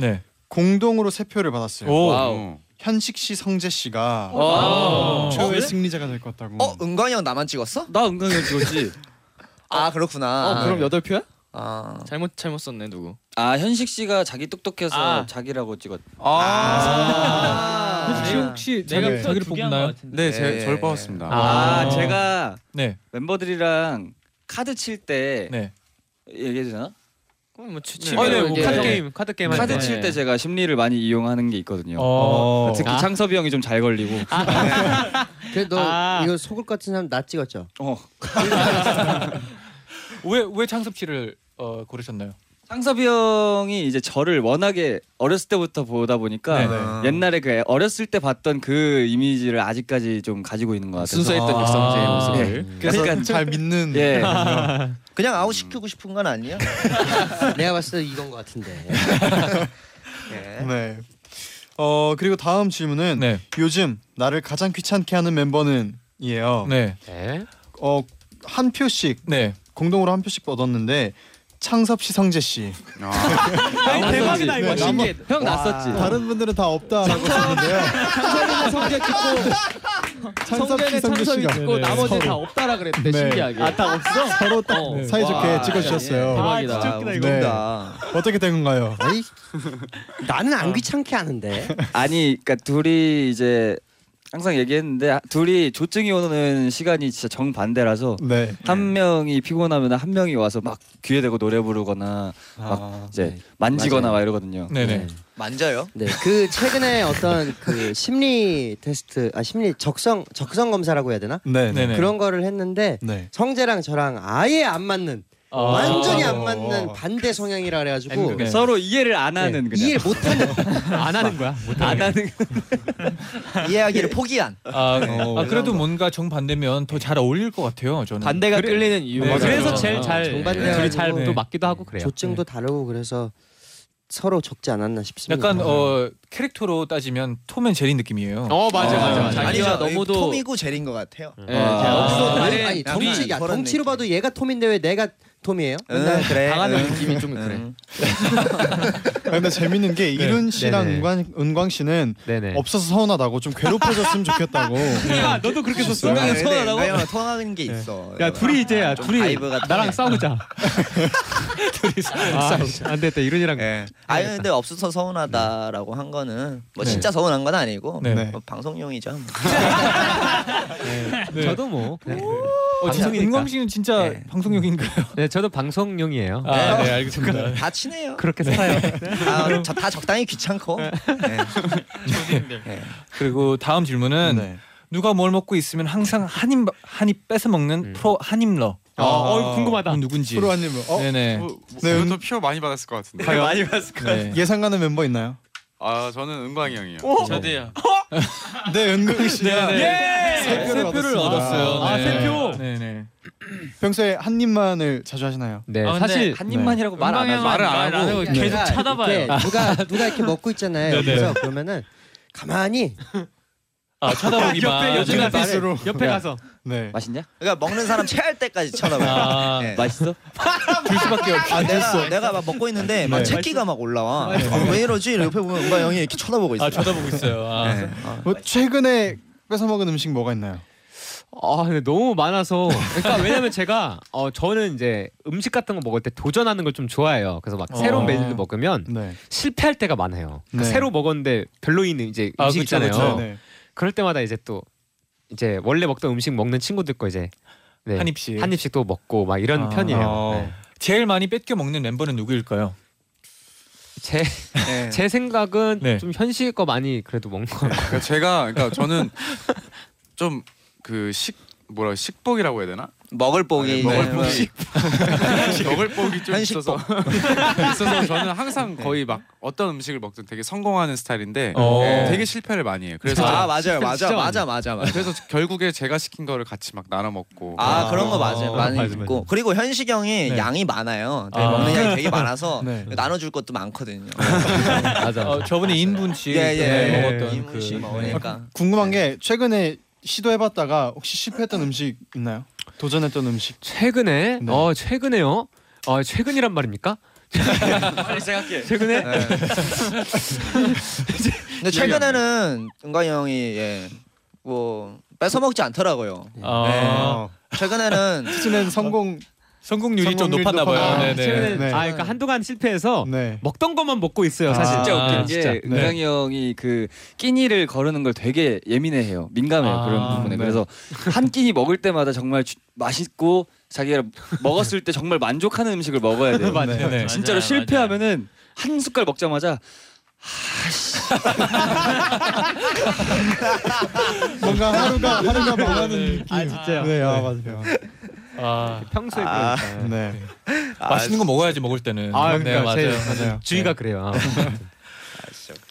[SPEAKER 2] 공동으로 세 표를 받았어요.
[SPEAKER 3] 오. 와우.
[SPEAKER 2] 현식 씨, 성재 씨가
[SPEAKER 7] 오.
[SPEAKER 2] 최후의
[SPEAKER 7] 어, 그래?
[SPEAKER 2] 승리자가 될 것 같다고.
[SPEAKER 7] 어 은광이 형 나만 찍었어?
[SPEAKER 8] 나 은광이 형 찍었지.
[SPEAKER 7] 아 그렇구나.
[SPEAKER 8] 어, 그럼
[SPEAKER 10] 여덟 표야?
[SPEAKER 2] 어.
[SPEAKER 7] 아
[SPEAKER 10] 잘못 잘못 썼네 누구?
[SPEAKER 8] 아 현식 씨가 자기 똑똑해서
[SPEAKER 10] 아.
[SPEAKER 8] 자기라고 찍었.
[SPEAKER 3] 혹시 혹시 자기, 자기를 뽑나요?
[SPEAKER 9] 네, 제,
[SPEAKER 8] 네.
[SPEAKER 9] 절 뽑았습니다.
[SPEAKER 8] 아, 제가
[SPEAKER 3] 네.
[SPEAKER 8] 멤버들이랑 카드 칠 때 얘기해 주나?
[SPEAKER 6] 뭐 치,
[SPEAKER 8] 어, 네, 뭐 카드 게임,
[SPEAKER 6] 카드
[SPEAKER 8] 카드 칠 때 제가 심리를 많이 이용하는 게 있거든요.
[SPEAKER 6] 어.
[SPEAKER 8] 특히
[SPEAKER 6] 아.
[SPEAKER 8] 창섭이 형이 좀 잘 걸리고.
[SPEAKER 11] 근데 너
[SPEAKER 6] 아.
[SPEAKER 11] 이거 속을 것 같은 사람 나 찍었죠?
[SPEAKER 8] 어.
[SPEAKER 2] 네.
[SPEAKER 3] 왜왜 창섭 씨를 어, 고르셨나요?
[SPEAKER 8] 창섭이 형이 이제 저를 워낙에 어렸을 때부터 보다 보니까
[SPEAKER 3] 네네.
[SPEAKER 8] 옛날에 그 어렸을 때 봤던 그 이미지를 아직까지 좀 가지고 있는 것 같아요.
[SPEAKER 10] 순수했던 아. 육성재의 모습을.
[SPEAKER 8] 그래서
[SPEAKER 10] 그래서 잘 믿는
[SPEAKER 8] 예.
[SPEAKER 10] 분이군요.
[SPEAKER 7] 그냥 아웃 시키고 싶은 건 아니에요?
[SPEAKER 11] 내가 봤을 때 이건 것 같은데.
[SPEAKER 7] 네.
[SPEAKER 2] 네. 어 그리고 다음 질문은 요즘 나를 가장 귀찮게 하는 멤버는 이에요.
[SPEAKER 3] 네.
[SPEAKER 2] 어. 어한 표씩
[SPEAKER 13] 네.
[SPEAKER 2] 공동으로 한 표씩 얻었는데 창섭 씨, 성재 씨.
[SPEAKER 11] 아.
[SPEAKER 8] 아니, 대박이다, 이거.
[SPEAKER 2] 나머-
[SPEAKER 8] 신기해. 형
[SPEAKER 2] 와.
[SPEAKER 8] 났었지?
[SPEAKER 2] 다른 분들은 다 없다라고 했는데요.
[SPEAKER 10] 창섭이는 성재 찍고
[SPEAKER 2] 창섭 씨, 성재
[SPEAKER 10] 성재는 창섭이
[SPEAKER 2] 씨가.
[SPEAKER 10] 찍고
[SPEAKER 2] 네네.
[SPEAKER 10] 나머지 다
[SPEAKER 2] 서로.
[SPEAKER 10] 없다라 그랬대
[SPEAKER 2] 네.
[SPEAKER 10] 신기하게.
[SPEAKER 2] 아,
[SPEAKER 10] 다 없어?
[SPEAKER 2] 서로 딱 네.
[SPEAKER 10] 어.
[SPEAKER 2] 사이좋게
[SPEAKER 10] 와,
[SPEAKER 2] 찍어주셨어요.
[SPEAKER 10] 대박이다.
[SPEAKER 11] 아, 진짜 웃기다,
[SPEAKER 2] 네.
[SPEAKER 11] 이거다.
[SPEAKER 2] 어떻게 된 건가요?
[SPEAKER 11] 나는 안 귀찮게 하는데.
[SPEAKER 8] 아니, 그러니까 둘이 이제 항상 얘기했는데 아, 둘이 조증이 오는 시간이 진짜 정 반대라서
[SPEAKER 2] 네.
[SPEAKER 8] 한 명이 피곤하면 한 명이 와서 막 귀에 대고 노래 부르거나
[SPEAKER 10] 아,
[SPEAKER 8] 막
[SPEAKER 10] 네.
[SPEAKER 8] 이제 만지거나
[SPEAKER 11] 맞아요.
[SPEAKER 8] 막 이러거든요.
[SPEAKER 11] 네네.
[SPEAKER 7] 만져요?
[SPEAKER 11] 네, 그 최근에 어떤 그 심리 테스트, 아 심리 적성 적성 검사라고 해야 되나?
[SPEAKER 2] 네,
[SPEAKER 3] 네, 네.
[SPEAKER 11] 그런 거를 했는데
[SPEAKER 2] 네.
[SPEAKER 11] 성재랑 저랑 아예 안 맞는,
[SPEAKER 6] 어.
[SPEAKER 11] 완전히
[SPEAKER 3] 어.
[SPEAKER 11] 안 맞는 반대 성향이라
[SPEAKER 3] 네,
[SPEAKER 11] 그래가지고 네.
[SPEAKER 8] 그러니까 서로 이해를 안 하는 그냥
[SPEAKER 11] 이해를 못하는
[SPEAKER 6] 안 하는 거야.
[SPEAKER 8] 안 하는
[SPEAKER 7] 이해하기를 포기한.
[SPEAKER 3] 아,
[SPEAKER 7] 어,
[SPEAKER 3] 아, 그래도 뭔가 정 반대면 더 잘 어울릴 것 같아요. 저는
[SPEAKER 6] 반대가
[SPEAKER 3] 그래-
[SPEAKER 6] 끌리는 이유가
[SPEAKER 3] 네,
[SPEAKER 6] 그래서
[SPEAKER 3] 맞아요. 네.
[SPEAKER 6] 제일 잘
[SPEAKER 11] 정반대
[SPEAKER 6] 둘이 잘또 맞기도 하고 네. 그래요. 네.
[SPEAKER 11] 조증도 다르고 그래서 서로 적지 않았나 싶습니다.
[SPEAKER 3] 약간 어 캐릭터로 따지면 톰앤 제리 느낌이에요.
[SPEAKER 11] 어, 맞아, 맞아, 예,
[SPEAKER 7] 맞아. 아니죠, 톰이고 젤인 것 같아요.
[SPEAKER 3] 네, 아.
[SPEAKER 11] 여기서
[SPEAKER 3] 아.
[SPEAKER 11] 나는
[SPEAKER 3] 아.
[SPEAKER 11] 아니
[SPEAKER 3] 아.
[SPEAKER 11] 덩치 야
[SPEAKER 3] 아.
[SPEAKER 11] 덩치로 봐도 얘가 톰인데 왜 내가 톰이에요?
[SPEAKER 7] 응, 음, 그래. 음. 응.
[SPEAKER 2] 아, 근데 재밌는 게
[SPEAKER 11] 네.
[SPEAKER 2] 이룬 씨랑
[SPEAKER 11] 네네.
[SPEAKER 2] 은광, 은광 씨는 없어서 서운하다고 좀 괴롭혀졌으면 좋겠다고. 네.
[SPEAKER 7] 아,
[SPEAKER 13] 야, 너도 그렇게 썼어?
[SPEAKER 2] 하셨어요.
[SPEAKER 13] 은광이 서운하다고?
[SPEAKER 7] 네,
[SPEAKER 11] 네,
[SPEAKER 7] 은광이 형 통하는 게 있어.
[SPEAKER 13] 야 둘이 이제 야
[SPEAKER 7] 아, 좀 네.
[SPEAKER 13] 둘이
[SPEAKER 7] 바이브가 통해.
[SPEAKER 13] 나랑 싸우자.
[SPEAKER 3] 둘이
[SPEAKER 7] 싸우자.
[SPEAKER 6] 아, 안 됐다 이런이랑.
[SPEAKER 7] 아 근데 없어서 서운하다라고 한 거는 뭐
[SPEAKER 6] 네.
[SPEAKER 7] 진짜 서운한 건 아니고
[SPEAKER 6] 네.
[SPEAKER 7] 뭐 방송용이죠. 뭐.
[SPEAKER 3] 네.
[SPEAKER 6] 저도 뭐. 그냥
[SPEAKER 3] 어, 진짜
[SPEAKER 6] 방송이니까.
[SPEAKER 3] 은광 씨는 진짜 방송용인가요?
[SPEAKER 6] 네, 저도 방송용이에요.
[SPEAKER 3] 아, 네, 알겠습니다.
[SPEAKER 7] 다 친해요.
[SPEAKER 6] 그렇게 살아요.
[SPEAKER 7] 아, 저- 다 적당히 귀찮고. 네.
[SPEAKER 3] 어, 그리고 다음 질문은
[SPEAKER 6] 네.
[SPEAKER 3] 누가 뭘 먹고 있으면 항상 한입한입 뺏어 먹는 프로 한입러.
[SPEAKER 9] 아, 어, 궁금하다.
[SPEAKER 3] 누군지.
[SPEAKER 2] 프로 한입러. 어?
[SPEAKER 3] 네네.
[SPEAKER 9] 뭐, 네, 이것도 표 많이 받았을 것 같은데.
[SPEAKER 2] 네. 예상 가는 멤버 있나요?
[SPEAKER 9] 아, 저는 은광이 형이요.
[SPEAKER 2] 오!
[SPEAKER 9] 저도요.
[SPEAKER 13] 어?
[SPEAKER 2] 네, 은광 씨가
[SPEAKER 9] 네, 네.
[SPEAKER 2] 세 표를,
[SPEAKER 9] 세 표를
[SPEAKER 2] 얻었습니다.
[SPEAKER 9] 얻었어요. 아, 네. 세 표.
[SPEAKER 3] 네네.
[SPEAKER 2] 평소에 한 입만을 자주 하시나요?
[SPEAKER 6] 네, 아, 근데 사실- 한 입만이라고 말안
[SPEAKER 11] 네.
[SPEAKER 6] 하죠. 말을 안 하고
[SPEAKER 11] 그러니까
[SPEAKER 6] 계속
[SPEAKER 11] 누가
[SPEAKER 6] 쳐다봐요.
[SPEAKER 11] 이렇게 누가 누가 이렇게 먹고 있잖아요.
[SPEAKER 6] 네네.
[SPEAKER 11] 그래서 그러면은 가만히
[SPEAKER 3] 아
[SPEAKER 11] 쳐다보기만. 옆에 요즘 옆에
[SPEAKER 8] 앞에서
[SPEAKER 11] 옆에 가서.
[SPEAKER 2] 네.
[SPEAKER 8] 맛있냐?
[SPEAKER 7] 그러니까 먹는 사람 체할 때까지 쳐다봐.
[SPEAKER 8] 아. 맛있어?
[SPEAKER 7] 줄
[SPEAKER 3] 수밖에
[SPEAKER 7] 없어. 아, 내가 내가 막 먹고 있는데 막
[SPEAKER 2] 네.
[SPEAKER 7] 채기가 막 올라와. 아, 왜 이러지? 옆에 보면 은광 형이 이렇게 쳐다보고 있어.
[SPEAKER 3] 아 쳐다보고 있어요. 아.
[SPEAKER 2] 뭐 최근에 뺏어 먹은 음식 뭐가 있나요?
[SPEAKER 6] 아 근데 너무 많아서 그러니까 왜냐면 제가 어 저는 이제 음식 같은 거 먹을 때 도전하는 걸 좀 좋아해요. 그래서 막 새로운
[SPEAKER 10] 어.
[SPEAKER 6] 메뉴를 먹으면
[SPEAKER 3] 네.
[SPEAKER 6] 실패할 때가 많아요. 그러니까
[SPEAKER 10] 네.
[SPEAKER 6] 새로 먹었는데 별로인 이제
[SPEAKER 10] 아,
[SPEAKER 6] 음식
[SPEAKER 10] 그쵸,
[SPEAKER 6] 있잖아요.
[SPEAKER 10] 그쵸. 네.
[SPEAKER 6] 그럴 때마다 이제 또 이제 원래 먹던 음식 먹는 친구들 거 이제 네,
[SPEAKER 3] 한 입씩.
[SPEAKER 6] 한 입씩 또 먹고 막 이런
[SPEAKER 3] 아.
[SPEAKER 6] 편이에요.
[SPEAKER 3] 어.
[SPEAKER 6] 네.
[SPEAKER 3] 제일 많이 뺏겨 먹는 멤버는 누구일까요?
[SPEAKER 6] 제, 제 생각은
[SPEAKER 3] 네.
[SPEAKER 6] 좀 현실 거 많이 그래도 먹는 거.
[SPEAKER 9] 그러니까 제가 그러니까 저는 좀 그 식 뭐라 식복이라고 해야 되나?
[SPEAKER 7] 먹을 네.
[SPEAKER 9] 복이 먹을 복이 먹을 복이 좀 있어서 있어서 저는 항상
[SPEAKER 7] 네.
[SPEAKER 9] 거의 막 어떤 음식을 먹든 되게 성공하는 스타일인데
[SPEAKER 7] 어.
[SPEAKER 9] 네, 되게 실패를 많이 해요. 그래서
[SPEAKER 7] 아,
[SPEAKER 9] 제가-
[SPEAKER 7] 맞아요, 맞아,
[SPEAKER 9] 진짜
[SPEAKER 7] 맞아,
[SPEAKER 9] 많이
[SPEAKER 7] 맞아,
[SPEAKER 9] 해요.
[SPEAKER 7] 맞아.
[SPEAKER 9] 그래서 결국에 제가 시킨 거를 같이 막 나눠 먹고
[SPEAKER 7] 아, 그런 거 맞아요. 많이
[SPEAKER 9] 맞아, 맞아.
[SPEAKER 7] 있고 그리고 현식이 형이
[SPEAKER 9] 네.
[SPEAKER 7] 양이 많아요. 되게
[SPEAKER 9] 아.
[SPEAKER 7] 먹는 양이 되게 많아서
[SPEAKER 9] 네.
[SPEAKER 7] 나눠줄 것도 많거든요.
[SPEAKER 6] 맞아.
[SPEAKER 3] 저번에 인분씩
[SPEAKER 7] 예, 예,
[SPEAKER 3] 네,
[SPEAKER 7] 예.
[SPEAKER 3] 먹었던 그
[SPEAKER 7] 인분씩 먹으니까.
[SPEAKER 2] 궁금한 게 최근에 시도해봤다가 혹시 실패했던 음식 있나요? 도전했던 음식.
[SPEAKER 6] 최근에
[SPEAKER 3] 네.
[SPEAKER 6] 어 최근에요. 어 최근이란 말입니까?
[SPEAKER 8] 빨리 생각해.
[SPEAKER 3] 네.
[SPEAKER 6] 최근에
[SPEAKER 7] 네. 근데 최근에는 은광이 형이 예, 뭐 뺏어 먹지 않더라고요.
[SPEAKER 3] 아.
[SPEAKER 7] 네. 최근에는
[SPEAKER 2] 최근에는 성공
[SPEAKER 3] 성공률이 좀 높았나 봐요. 네, 네. 아.
[SPEAKER 6] 최근에 아 그러니까 한동안 실패해서 먹던 것만 먹고 있어요. 사실
[SPEAKER 8] 진짜 웃긴
[SPEAKER 6] 아, 진짜. 네.
[SPEAKER 8] 게 은강이 형이 그 끼니를 거르는 걸 되게 예민해해요. 민감해요
[SPEAKER 6] 아,
[SPEAKER 8] 그런 부분에.
[SPEAKER 6] 네.
[SPEAKER 8] 그래서 한 끼니 먹을 때마다 정말 주- 맛있고 자기가 먹었을 때 정말 만족하는 음식을 먹어야 돼요.
[SPEAKER 3] 맞아요. 네. 맞아요,
[SPEAKER 8] 진짜로
[SPEAKER 3] 맞아요.
[SPEAKER 8] 실패하면은 한 숟갈 먹자마자
[SPEAKER 2] 뭔가 하루가 하루가 망하는 느낌.
[SPEAKER 6] 아 진짜요.
[SPEAKER 2] 네, 아 맞아요.
[SPEAKER 3] 아
[SPEAKER 6] 평소에
[SPEAKER 2] 아,
[SPEAKER 6] 그러니까.
[SPEAKER 2] 네.
[SPEAKER 3] 맛있는 거 먹어야지 먹을 때는.
[SPEAKER 6] 아 그러니까
[SPEAKER 3] 네,
[SPEAKER 6] 맞아요. 주의가 그래요.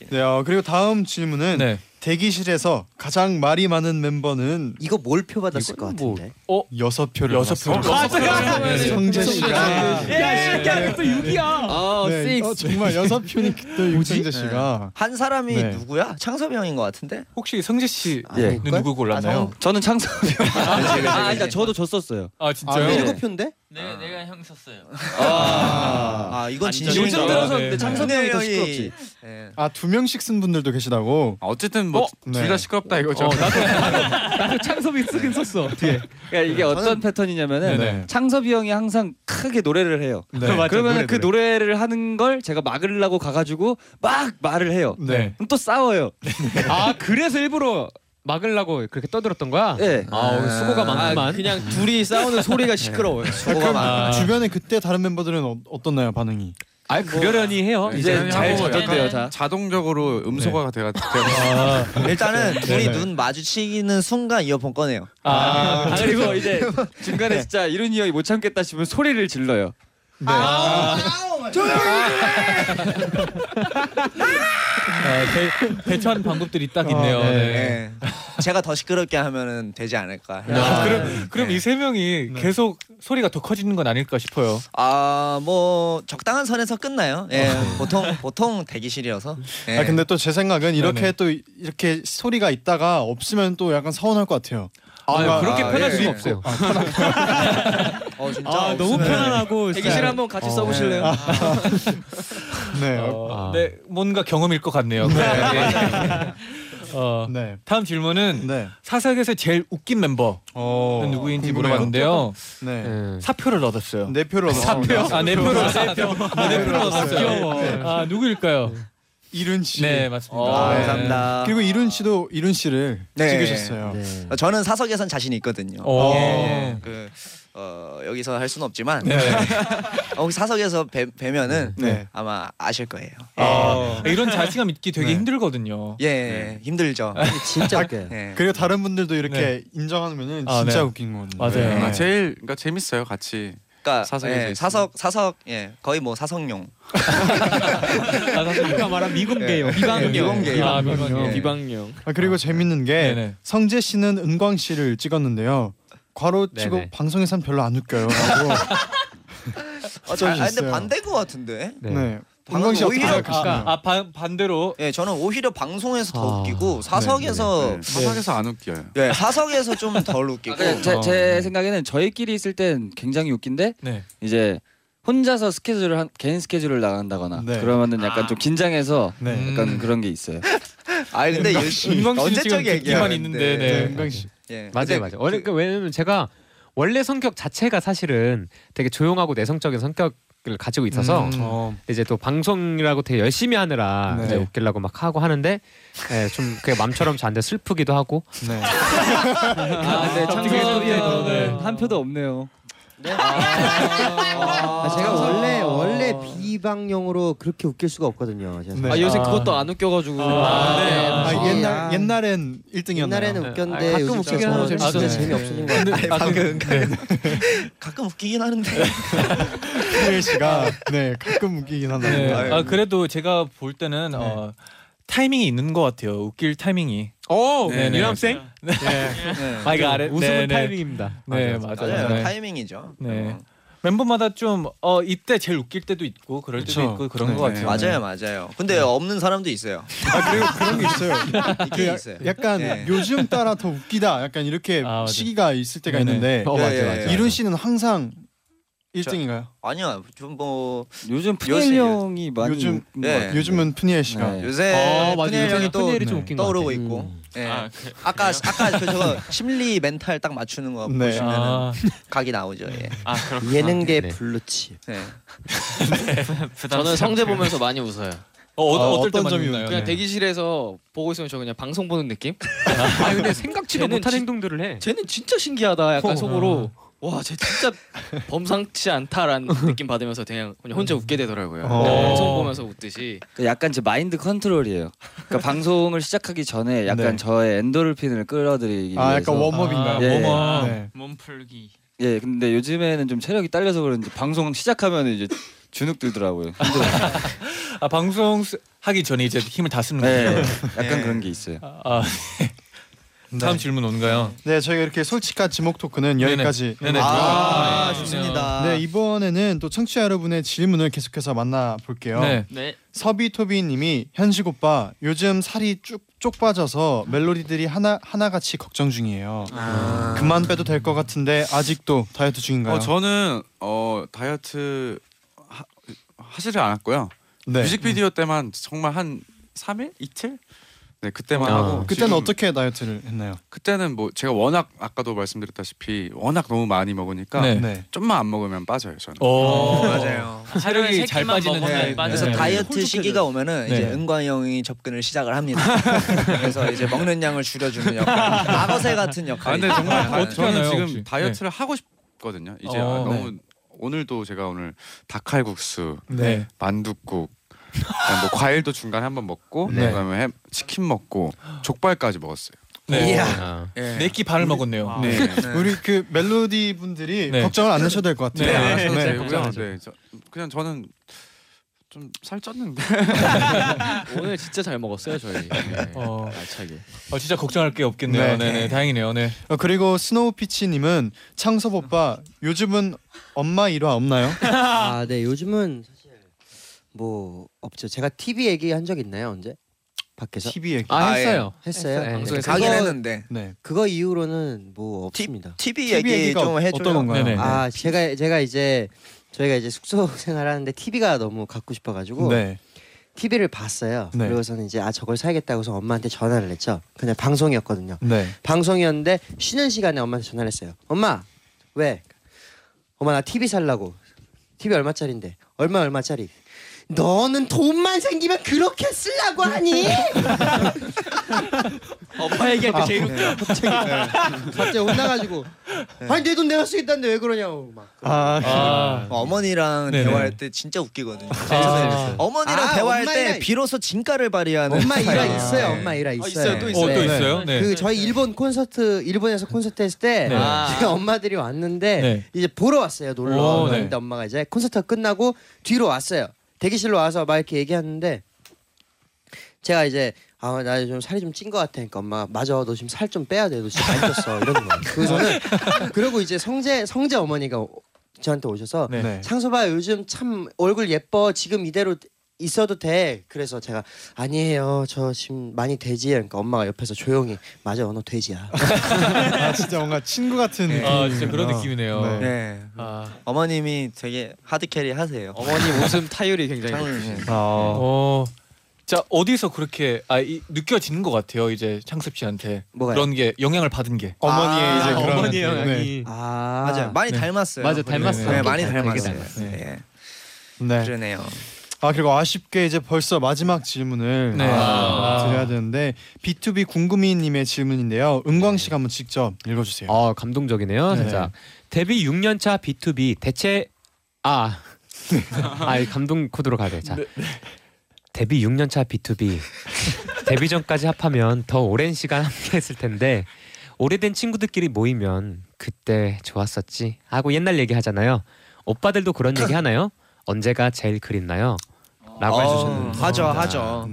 [SPEAKER 2] 네, 어, 그리고 다음 질문은 대기실에서 가장 말이 많은 멤버는
[SPEAKER 11] 이거 뭘 표 받았을 것 같은데?
[SPEAKER 2] 어 여섯 표를
[SPEAKER 3] 여섯
[SPEAKER 2] 받았어요.
[SPEAKER 3] 표를 여섯 표를
[SPEAKER 2] 네, 네.
[SPEAKER 3] 받았어요.
[SPEAKER 2] 성재
[SPEAKER 3] 성재
[SPEAKER 2] 씨가
[SPEAKER 3] 씨. 야, 이 새끼야,
[SPEAKER 6] 또 6이야.
[SPEAKER 7] 네. 아,
[SPEAKER 2] 네, 어, 네. 정말 여섯 표니까 또 육성재 씨가
[SPEAKER 7] 한 사람이
[SPEAKER 2] 네.
[SPEAKER 7] 누구야? 창섭이 형인 것 같은데? 아, 네.
[SPEAKER 3] 혹시 성재 씨
[SPEAKER 8] 예.
[SPEAKER 3] 누구 골랐나요?
[SPEAKER 8] 저는 창섭이 형. 아,
[SPEAKER 7] 그치, 그치,
[SPEAKER 8] 아니,
[SPEAKER 7] 그치.
[SPEAKER 8] 나 저도 졌었어요.
[SPEAKER 3] 아, 진짜요?
[SPEAKER 8] 네.
[SPEAKER 11] 일곱 표인데?
[SPEAKER 12] 내, 내가 형 썼어요.
[SPEAKER 8] 아,
[SPEAKER 7] 아, 이건
[SPEAKER 8] 아니,
[SPEAKER 7] 진심인
[SPEAKER 8] 요즘
[SPEAKER 7] 거야.
[SPEAKER 8] 들어서
[SPEAKER 7] 네.
[SPEAKER 8] 근데 창섭이
[SPEAKER 7] 네.
[SPEAKER 8] 형이 더
[SPEAKER 7] 네.
[SPEAKER 8] 시끄럽지.
[SPEAKER 2] 아두 명씩 쓴 분들도 계시다고. 어,
[SPEAKER 9] 어쨌든
[SPEAKER 2] 뭐
[SPEAKER 9] 둘다 시끄럽다 이거죠.
[SPEAKER 6] 나도 창섭이 쓰긴 썼어. 뒤에.
[SPEAKER 8] 네. 그러니까
[SPEAKER 9] 네.
[SPEAKER 8] 이게 어떤 패턴이냐면은
[SPEAKER 9] 네네.
[SPEAKER 8] 창섭이 형이 항상 크게 노래를 해요.
[SPEAKER 9] 네. 맞아요,
[SPEAKER 8] 그러면
[SPEAKER 9] 노래,
[SPEAKER 8] 그 노래를 하는 걸 제가 막으려고 가가지고 막 말을 해요.
[SPEAKER 2] 네.
[SPEAKER 8] 그럼 또 싸워요.
[SPEAKER 6] 아 그래서 일부러 막으려고 그렇게 떠들었던 거야?
[SPEAKER 8] 네.
[SPEAKER 6] 아 오늘 수고가 많구만. 네.
[SPEAKER 8] 그냥 둘이 싸우는 소리가 시끄러워요.
[SPEAKER 2] 네. 그럼 아. 주변에 그때 다른 멤버들은 어, 어떻나요 반응이?
[SPEAKER 6] 아
[SPEAKER 7] 뭐
[SPEAKER 6] 그러려니 해요.
[SPEAKER 9] 이제 잘 잡혔대요 다. 뭐 자동적으로 음소거가 돼가 돼가.
[SPEAKER 7] 일단은
[SPEAKER 9] 네.
[SPEAKER 7] 둘이
[SPEAKER 9] 네.
[SPEAKER 7] 눈 마주치는 순간 이어폰 꺼내요.
[SPEAKER 8] 아,
[SPEAKER 3] 그렇죠.
[SPEAKER 8] 그리고 이제
[SPEAKER 9] 네.
[SPEAKER 8] 중간에 진짜 이룬이 형이 못 참겠다 싶으면 소리를 질러요.
[SPEAKER 6] 아.
[SPEAKER 2] 아,
[SPEAKER 3] 대, 대처하는 아, 방법들이 딱 있네요.
[SPEAKER 7] 네.
[SPEAKER 3] 네.
[SPEAKER 7] 제가 더 시끄럽게 하면은 되지 않을까.
[SPEAKER 3] 아, 그럼 그럼 이 세 명이 계속 소리가 더 커지는 건 아닐까 싶어요.
[SPEAKER 7] 아, 뭐 적당한 선에서 끝나요. 예, 보통 보통 대기실이어서. 예.
[SPEAKER 2] 아 근데 또 제 생각은 이렇게
[SPEAKER 7] 네네.
[SPEAKER 2] 또 이렇게 소리가 있다가 없으면 또 약간 서운할 것 같아요. 뭔가-
[SPEAKER 6] 그렇게
[SPEAKER 2] 아,
[SPEAKER 6] 편할
[SPEAKER 2] 예.
[SPEAKER 6] 수가 없어요.
[SPEAKER 7] 어, 진짜
[SPEAKER 6] 아, 너무
[SPEAKER 7] 없으면은-
[SPEAKER 6] 편안하고
[SPEAKER 8] 대기실
[SPEAKER 6] 진짜.
[SPEAKER 8] 한번 같이
[SPEAKER 6] 어.
[SPEAKER 8] 써보실래요?
[SPEAKER 6] 아.
[SPEAKER 2] 네.
[SPEAKER 3] 어, 네, 뭔가 경험일 것 같네요. 네. 어, 다음 질문은 사석에서 제일 웃긴 멤버는 누구인지
[SPEAKER 2] 어, 궁금해요.
[SPEAKER 3] 물어봤는데요.
[SPEAKER 2] 네.
[SPEAKER 3] 사표를 얻었어요.
[SPEAKER 2] 네 표를 얻었어요.
[SPEAKER 3] 사표요? 아, 네 표를 얻었어요.
[SPEAKER 2] 네 표.
[SPEAKER 3] 네 표를 얻었어요.
[SPEAKER 2] 네.
[SPEAKER 3] 아, 누구일까요?
[SPEAKER 2] 이룬 씨.
[SPEAKER 3] 네, 맞습니다.
[SPEAKER 7] 아,
[SPEAKER 2] 네.
[SPEAKER 7] 감사합니다.
[SPEAKER 2] 그리고 이룬 씨도 이룬 씨를
[SPEAKER 7] 네.
[SPEAKER 2] 찍으셨어요.
[SPEAKER 7] 어, 저는 사석에선 자신이 있거든요.
[SPEAKER 2] 오.
[SPEAKER 7] 예, 그 어, 여기서 할 수는 없지만 어, 혹시 사석에서 뵈, 뵈면은
[SPEAKER 3] 네.
[SPEAKER 7] 아마 아실 거예요. 네.
[SPEAKER 3] 아, 이런 자신감 있기 되게 힘들거든요.
[SPEAKER 7] 예, 예, 힘들죠.
[SPEAKER 11] 아, 진짜
[SPEAKER 7] 네.
[SPEAKER 2] 그리고 다른 분들도 이렇게
[SPEAKER 9] 네.
[SPEAKER 2] 인정하면은
[SPEAKER 9] 아, 네.
[SPEAKER 2] 진짜 웃긴 거거든요.
[SPEAKER 9] 네. 아,
[SPEAKER 2] 네.
[SPEAKER 9] 제일 그러니까 재밌어요 같이.
[SPEAKER 7] 예. 그러니까
[SPEAKER 9] 사석에서
[SPEAKER 7] 예,
[SPEAKER 9] 있으면.
[SPEAKER 7] 사석 사석 예 거의 뭐 사석용
[SPEAKER 6] 아까 말한 미공개요.
[SPEAKER 2] 네.
[SPEAKER 7] 예.
[SPEAKER 6] 미방용.
[SPEAKER 7] 미공개요.
[SPEAKER 6] 아, 미방용.
[SPEAKER 2] 예.
[SPEAKER 6] 미방용.
[SPEAKER 2] 아, 그리고 재밌는 게 성재 씨는 은광 씨를 찍었는데요. 괄호 치고
[SPEAKER 6] 네네.
[SPEAKER 2] 방송에선 별로 안 웃겨요라고.
[SPEAKER 7] 아, 잘- 아, 근데
[SPEAKER 2] 써주셨어요.
[SPEAKER 7] 반대인 것 같은데
[SPEAKER 2] 네. 은광 씨 어떻게 생각하시나요?
[SPEAKER 3] 아, 반 반대로
[SPEAKER 7] 예 저는 오히려 방송에서 더
[SPEAKER 2] 아,
[SPEAKER 7] 웃기고 뭐 사석에서
[SPEAKER 9] 네. 사석에서 안 웃겨요.
[SPEAKER 7] 예 사석에서 좀 덜 웃기고
[SPEAKER 8] 네, 제,
[SPEAKER 2] 어.
[SPEAKER 8] 제 생각에는 저희끼리 있을 땐 굉장히 웃긴데
[SPEAKER 3] 네.
[SPEAKER 8] 이제 혼자서 스케줄을 한, 개인 스케줄을 나간다거나
[SPEAKER 2] 네.
[SPEAKER 8] 그러면은 약간 좀 긴장해서
[SPEAKER 2] 네.
[SPEAKER 8] 약간 그런 게 있어요.
[SPEAKER 7] 아 근데
[SPEAKER 6] 은광
[SPEAKER 7] 요-
[SPEAKER 6] 씨, 은광 씨는
[SPEAKER 7] 언제적
[SPEAKER 6] 지금
[SPEAKER 7] 얘기야.
[SPEAKER 6] 듣기만 있는데, 네.
[SPEAKER 7] 은광
[SPEAKER 6] 씨.
[SPEAKER 7] 예.
[SPEAKER 6] 맞아요, 맞아요. 원래 그, 왜냐면 제가 원래 성격 자체가 사실은 되게 조용하고 내성적인 성격을 가지고 있어서
[SPEAKER 10] 음. 어.
[SPEAKER 6] 이제 또 방송이라고 되게 열심히 하느라
[SPEAKER 10] 네.
[SPEAKER 6] 이제 웃기려고 막 하고 하는데 예, 좀 그게 맘처럼 잘 안 돼 슬프기도 하고.
[SPEAKER 2] 네.
[SPEAKER 8] 아, 네, 창석이 형한 표도 없네요.
[SPEAKER 11] 아, 제가 원래 원래 비방용으로 그렇게 웃길 수가 없거든요. 제가
[SPEAKER 2] 네. 아, 요새 그것도
[SPEAKER 10] 안 웃겨가지고.
[SPEAKER 2] 아, 네. 아, 옛날
[SPEAKER 11] 아.
[SPEAKER 2] 옛날엔 1등이었나요? 네.
[SPEAKER 11] 옛날에는 웃겼는데 요즘 진짜 재밌어요. 재미 없어진 거 같아요.
[SPEAKER 7] 가끔 웃기긴 하는데.
[SPEAKER 2] 네, 승일 그 씨가 네 예. 가끔 웃기긴 한다.
[SPEAKER 3] 네. 아 그래도 제가 볼 때는 어, 타이밍이 있는 것 같아요. 웃길 타이밍이.
[SPEAKER 6] 오,
[SPEAKER 3] 네, 네.
[SPEAKER 6] 유람생?
[SPEAKER 3] 네.
[SPEAKER 7] 네.
[SPEAKER 3] 아, 이거 아래
[SPEAKER 6] 웃음은
[SPEAKER 3] 네, 네.
[SPEAKER 6] 타이밍입니다.
[SPEAKER 3] 네,
[SPEAKER 6] 맞아요.
[SPEAKER 3] 맞아요.
[SPEAKER 7] 맞아요.
[SPEAKER 3] 네.
[SPEAKER 7] 타이밍이죠. 음.
[SPEAKER 3] 네. 멤버마다 좀 어 이때 제일 웃길 때도 있고 그럴 때도
[SPEAKER 7] 그쵸.
[SPEAKER 3] 있고 그런
[SPEAKER 7] 네.
[SPEAKER 3] 것 같아요.
[SPEAKER 7] 맞아요, 맞아요. 근데 없는 사람도 있어요.
[SPEAKER 2] 아 그리고 그런 게 있어요.
[SPEAKER 7] 이게 있어요.
[SPEAKER 2] 약간
[SPEAKER 7] 네.
[SPEAKER 2] 요즘 따라 더 웃기다. 약간 이렇게 시기가 있을 때가
[SPEAKER 7] 네네.
[SPEAKER 2] 있는데
[SPEAKER 7] 어,
[SPEAKER 11] 예,
[SPEAKER 7] 맞아요, 맞아요.
[SPEAKER 2] 이룬 씨는 항상
[SPEAKER 7] 저-
[SPEAKER 2] 1등인가요?
[SPEAKER 7] 아니요, 좀뭐 예.
[SPEAKER 8] 요즘
[SPEAKER 2] 푸니엘
[SPEAKER 8] 형이 많이
[SPEAKER 2] 요즘 네.
[SPEAKER 8] 웃긴 것 같아요. 네.
[SPEAKER 2] 요즘은 푸니엘 씨가 어,
[SPEAKER 7] 요새 푸니엘 형이 또
[SPEAKER 2] 네.
[SPEAKER 7] 떠오르고 있고. 예. 아, 까 아까 그 저거 심리 멘탈 딱 맞추는 거
[SPEAKER 2] 네.
[SPEAKER 7] 보시면
[SPEAKER 2] 아.
[SPEAKER 7] 은 각이 나오죠. 예.
[SPEAKER 12] 아 그렇구나.
[SPEAKER 11] 예능계
[SPEAKER 12] 네.
[SPEAKER 11] 블루칩.
[SPEAKER 7] 네.
[SPEAKER 10] 저는 성재 보면서 많이 웃어요.
[SPEAKER 3] 어, 어,
[SPEAKER 10] 아,
[SPEAKER 3] 어떨 때 많이
[SPEAKER 10] 웃나요?
[SPEAKER 3] 웃나요?
[SPEAKER 10] 그냥
[SPEAKER 3] 네.
[SPEAKER 10] 대기실에서 보고 있으면 저 그냥 방송 보는 느낌?
[SPEAKER 6] 아 근데 생각지도
[SPEAKER 10] 쟤는
[SPEAKER 6] 못한
[SPEAKER 10] 진-
[SPEAKER 6] 행동들을 해.
[SPEAKER 10] 쟤는 진짜 신기하다. 약간
[SPEAKER 6] 어.
[SPEAKER 10] 속으로 와, 쟤 진짜 범상치 않다라는 느낌 받으면서 그냥 그냥 혼자 웃게 되더라고요.
[SPEAKER 8] 어.
[SPEAKER 10] 그냥 방송 보면서 웃듯이.
[SPEAKER 8] 그 약간 제 마인드 컨트롤이에요. 그러니까 방송을 시작하기 전에 약간
[SPEAKER 10] 네.
[SPEAKER 8] 저의 엔도르핀을 끌어들이기 위해서
[SPEAKER 2] 아, 약간 웜업인가요?
[SPEAKER 8] 예.
[SPEAKER 2] 웜업. 네.
[SPEAKER 12] 몸풀기.
[SPEAKER 8] 예, 근데 요즘에는 좀 체력이 딸려서 그런지 방송 시작하면 이제 주눅 들더라고요.
[SPEAKER 3] 아 방송 쓰- 하기 전에 이제 힘을 다 쓰는
[SPEAKER 8] 네,
[SPEAKER 3] 거예요.
[SPEAKER 8] 약간 그런 게 있어요.
[SPEAKER 3] 아, 네. 다음 질문 온가요?
[SPEAKER 2] 네, 저희가 이렇게 솔직한 지목 토크는
[SPEAKER 3] 네네.
[SPEAKER 2] 여기까지.
[SPEAKER 3] 네네. 아, 좋습니다.
[SPEAKER 2] 네, 이번에는 또 청취자 여러분의 질문을 계속해서 만나볼게요.
[SPEAKER 3] 네.
[SPEAKER 2] 서비토비님이 현식 오빠 요즘 살이 쭉쪽 빠져서 멜로디들이 하나 하나같이 걱정 중이에요. 그만 빼도 될 것 같은데 아직도 다이어트 중인가요?
[SPEAKER 9] 어, 저는 어 다이어트 하, 하지를 않았고요.
[SPEAKER 2] 네.
[SPEAKER 9] 뮤직비디오 때만 정말 한 3일, 이틀? 네, 그때만
[SPEAKER 2] 아.
[SPEAKER 9] 하고.
[SPEAKER 2] 그때는
[SPEAKER 9] 지금-
[SPEAKER 2] 어떻게 다이어트를 했나요?
[SPEAKER 9] 그때는 뭐 제가 워낙 아까도 말씀드렸다시피 워낙 너무 많이 먹으니까
[SPEAKER 2] 네. 어. 네.
[SPEAKER 9] 좀만 안 먹으면 빠져요, 저는.
[SPEAKER 7] 어,
[SPEAKER 3] 오.
[SPEAKER 7] 맞아요.
[SPEAKER 3] 체력이 잘 빠지는
[SPEAKER 7] 네.
[SPEAKER 3] 애.
[SPEAKER 7] 그래서
[SPEAKER 3] 네.
[SPEAKER 7] 다이어트 시기가 오면은
[SPEAKER 3] 네.
[SPEAKER 7] 이제 은광이 형이 접근을 시작을 합니다. 그래서 이제 먹는 양을 줄여주는 역할, 악어새 같은
[SPEAKER 9] 아,
[SPEAKER 7] 역할.
[SPEAKER 9] 근데 정말 다,
[SPEAKER 3] 어떻게
[SPEAKER 9] 저는
[SPEAKER 3] 하나요,
[SPEAKER 9] 지금
[SPEAKER 7] 네.
[SPEAKER 3] 혹시? 네.
[SPEAKER 9] 다이어트를 하고 싶거든요. 이제
[SPEAKER 3] 어,
[SPEAKER 9] 아, 너무 오늘도 제가 오늘 닭칼국수,
[SPEAKER 3] 네.
[SPEAKER 9] 만둣국, 그다음에 뭐 과일도 중간에 한번 먹고
[SPEAKER 3] 네.
[SPEAKER 9] 그다음에 햄, 치킨 먹고 족발까지 먹었어요.
[SPEAKER 3] 네. 이야. 네. 네끼 반을 아, 먹었네요.
[SPEAKER 2] 아,
[SPEAKER 9] 네.
[SPEAKER 2] 우리 그 멜로디 분들이
[SPEAKER 9] 네.
[SPEAKER 2] 걱정을 안 하셔도 될 것 같아요.
[SPEAKER 9] 네, 안 하셔도
[SPEAKER 2] 네.
[SPEAKER 9] 되고요.
[SPEAKER 2] 걱정하지.
[SPEAKER 9] 네, 저, 그냥 저는 좀 살쪘는데.
[SPEAKER 10] 오늘 진짜 잘 먹었어요, 저희. 네.
[SPEAKER 3] 어.
[SPEAKER 10] 알차게.
[SPEAKER 3] 어 진짜 걱정할 게
[SPEAKER 2] 네.
[SPEAKER 3] 없겠네요. 네, 네, 다행이네요. 네.
[SPEAKER 2] 어, 그리고 스노우피치님은 창섭 오빠 요즘은 엄마 일화 없나요?
[SPEAKER 11] 아, 네. 요즘은 사실 뭐 없죠. 제가 TV 얘기 한 적 있나요, 언제? 밖에서?
[SPEAKER 2] TV 얘기.
[SPEAKER 11] 아,
[SPEAKER 2] 아,
[SPEAKER 11] 했어요.
[SPEAKER 2] 예.
[SPEAKER 11] 했어요.
[SPEAKER 2] 했어요.
[SPEAKER 11] 네.
[SPEAKER 2] 방송에서 하긴
[SPEAKER 11] 그거-
[SPEAKER 2] 했는데. 네.
[SPEAKER 11] 그거 이후로는 뭐 없습니다.
[SPEAKER 7] TV 얘기 얘기가 좀 해줘요. 어떤 건가요? 네네.
[SPEAKER 11] 아, 제가 제가 이제 저희가 이제 숙소 생활하는데 TV가 너무 갖고 싶어 가지고
[SPEAKER 2] 네.
[SPEAKER 11] TV를 봤어요.
[SPEAKER 2] 네.
[SPEAKER 11] 그리고서는 이제 아 저걸 사야겠다고 해서 엄마한테 전화를 했죠. 근데 방송이었거든요.
[SPEAKER 2] 네.
[SPEAKER 11] 방송이었는데 쉬는 시간에 엄마한테 전화를 했어요. 엄마 왜? 엄마 나 TV 살라고. TV 얼마짜린데? 얼마 얼마짜리? 너는 돈만 생기면 그렇게 쓰려고 하니?
[SPEAKER 10] 엄마 얘기할 때 제일 웃겨.
[SPEAKER 7] 아, 네.
[SPEAKER 11] 갑자기 혼나가지고 아니 내 돈 내가 쓰겠다는데 왜 그러냐고 막.
[SPEAKER 2] 아,
[SPEAKER 7] 아. 어머니랑
[SPEAKER 11] 네네.
[SPEAKER 7] 대화할 때 진짜 웃기거든요.
[SPEAKER 11] 재밌어요.
[SPEAKER 7] 어머니랑
[SPEAKER 11] 아,
[SPEAKER 7] 대화할
[SPEAKER 11] 엄마랑-
[SPEAKER 7] 때 비로소 진가를 발휘하는
[SPEAKER 11] 엄마 일화
[SPEAKER 7] 스타일.
[SPEAKER 11] 있어요.
[SPEAKER 7] 네.
[SPEAKER 11] 엄마 일화 있어요.
[SPEAKER 7] 있어요, 또 있어요. 어, 또 있어요? 네.
[SPEAKER 11] 그 저희 일본 콘서트 일본에서 콘서트 했을 때
[SPEAKER 7] 네. 아.
[SPEAKER 11] 저희 엄마들이 왔는데
[SPEAKER 7] 네.
[SPEAKER 11] 이제 보러 왔어요 놀러.
[SPEAKER 7] 오, 네.
[SPEAKER 11] 근데 엄마가 이제 콘서트가 끝나고 뒤로 왔어요. 대기실로 와서 막 이렇게 얘기하는데 제가 이제 아 나 좀 살이 좀 찐 것 같아. 그러니까 엄마 맞아 너 지금 살 좀 빼야 돼. 너 진짜 많이 쪘어. 이런 거. 그래서는 그리고 이제 성재 성재 어머니가 오- 저한테 오셔서
[SPEAKER 2] 네.
[SPEAKER 11] 창섭아 요즘 참 얼굴 예뻐 지금 이대로 있어도 돼 그래서 제가 아니에요 저 지금 많이 돼지 그러니까 엄마가 옆에서 조용히 맞아 너 돼지야
[SPEAKER 2] 아, 진짜 뭔가 친구 같은 느낌.
[SPEAKER 3] 아, 진짜 그런 느낌이네요.
[SPEAKER 7] 네.
[SPEAKER 3] 아.
[SPEAKER 7] 어머님이 되게 하드캐리 하세요.
[SPEAKER 3] 네.
[SPEAKER 10] 어머님 웃음 타율이 굉장히
[SPEAKER 7] 타율이.
[SPEAKER 10] 높으신.
[SPEAKER 3] 어. 자 어디서 그렇게 아 이, 느껴지는 것 같아요 이제 창섭 씨한테
[SPEAKER 7] 뭐가요?
[SPEAKER 3] 그런 게 영향을 받은 게
[SPEAKER 7] 어머니의
[SPEAKER 3] 아,
[SPEAKER 7] 이제 그런-
[SPEAKER 3] 어머니의
[SPEAKER 7] 네.
[SPEAKER 3] 영향이
[SPEAKER 7] 아 맞아요. 많이
[SPEAKER 3] 네.
[SPEAKER 7] 닮았어요.
[SPEAKER 3] 맞아,
[SPEAKER 7] 본인을.
[SPEAKER 3] 닮았어요.
[SPEAKER 7] 네, 많이
[SPEAKER 3] 되게
[SPEAKER 7] 닮았어요.
[SPEAKER 3] 닮았어요.
[SPEAKER 7] 네.
[SPEAKER 2] 네.
[SPEAKER 7] 그러네요.
[SPEAKER 2] 아 그리고 아쉽게 이제 벌써 마지막 질문을
[SPEAKER 7] 네.
[SPEAKER 2] 아,
[SPEAKER 7] 아.
[SPEAKER 2] 드려야 되는데 B2B 궁금이님의 질문인데요. 은광 씨가 한번 직접 읽어주세요.
[SPEAKER 6] 아 감동적이네요, 진짜. 데뷔 6년차 B2B 대체 아, 아 감동 코드로 가야 돼. 자,
[SPEAKER 7] 네,
[SPEAKER 6] 데뷔 6년차 B2B 데뷔 전까지 합하면 더 오랜 시간 함께했을 텐데 오래된 친구들끼리 모이면 그때 좋았었지 하고 옛날 얘기 하잖아요. 오빠들도 그런 얘기 하나요? 언제가 제일 그립나요? 라고 해주셨는데
[SPEAKER 7] 어,
[SPEAKER 6] 네.
[SPEAKER 7] 하죠, 하죠.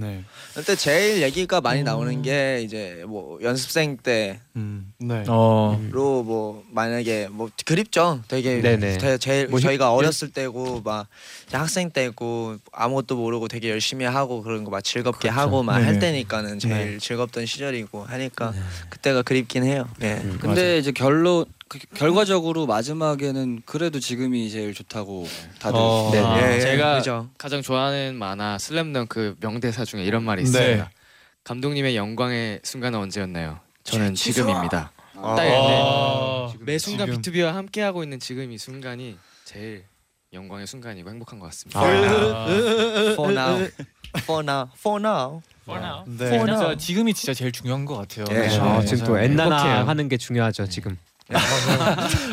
[SPEAKER 7] 그때 제일 얘기가 많이 나오는 게 이제 뭐 연습생 때로
[SPEAKER 2] 네.
[SPEAKER 3] 어.
[SPEAKER 7] 뭐 만약에 뭐 그립죠. 되게
[SPEAKER 3] 네네.
[SPEAKER 7] 대- 제일
[SPEAKER 3] 뭐
[SPEAKER 7] 저희가
[SPEAKER 3] 현-
[SPEAKER 7] 어렸을 때고 막 이제 학생 때고 아무것도 모르고 되게 열심히 하고 그런 거 막 즐겁게 하고 막 할
[SPEAKER 8] 네네.
[SPEAKER 7] 때니까는 제일 즐겁던 시절이고 하니까 그때가 그립긴 해요. 네.
[SPEAKER 8] 근데 이제 결론 그- 결과적으로 마지막에는 그래도 지금이 제일 좋다고 다들
[SPEAKER 7] 어. 네.
[SPEAKER 10] 아,
[SPEAKER 7] 예, 예,
[SPEAKER 10] 제가
[SPEAKER 7] 그죠.
[SPEAKER 10] 가장 좋아하는 만화 슬램덩크 그 명대사 중에 이런 말이
[SPEAKER 2] 네.
[SPEAKER 10] 있습니다. 감독님의 영광의 순간은 언제였나요? 저는
[SPEAKER 2] 취-
[SPEAKER 10] 지금입니다.
[SPEAKER 2] 아.
[SPEAKER 10] 딱
[SPEAKER 2] 아.
[SPEAKER 10] 이렇게 매 순간
[SPEAKER 2] 지금.
[SPEAKER 10] 비투비와 함께 하고 있는 지금 이 순간이 제일 영광의 순간이고 행복한 것
[SPEAKER 3] 아.
[SPEAKER 10] 같습니다. 아.
[SPEAKER 7] For now. For now. For now. For now.
[SPEAKER 3] 네. 진짜 지금이 진짜 제일 중요한 것 같아요.
[SPEAKER 7] 예.
[SPEAKER 3] 네.
[SPEAKER 6] 아, 지금 또 엔나나
[SPEAKER 3] 행복해요.
[SPEAKER 6] 하는 게 중요하죠 지금.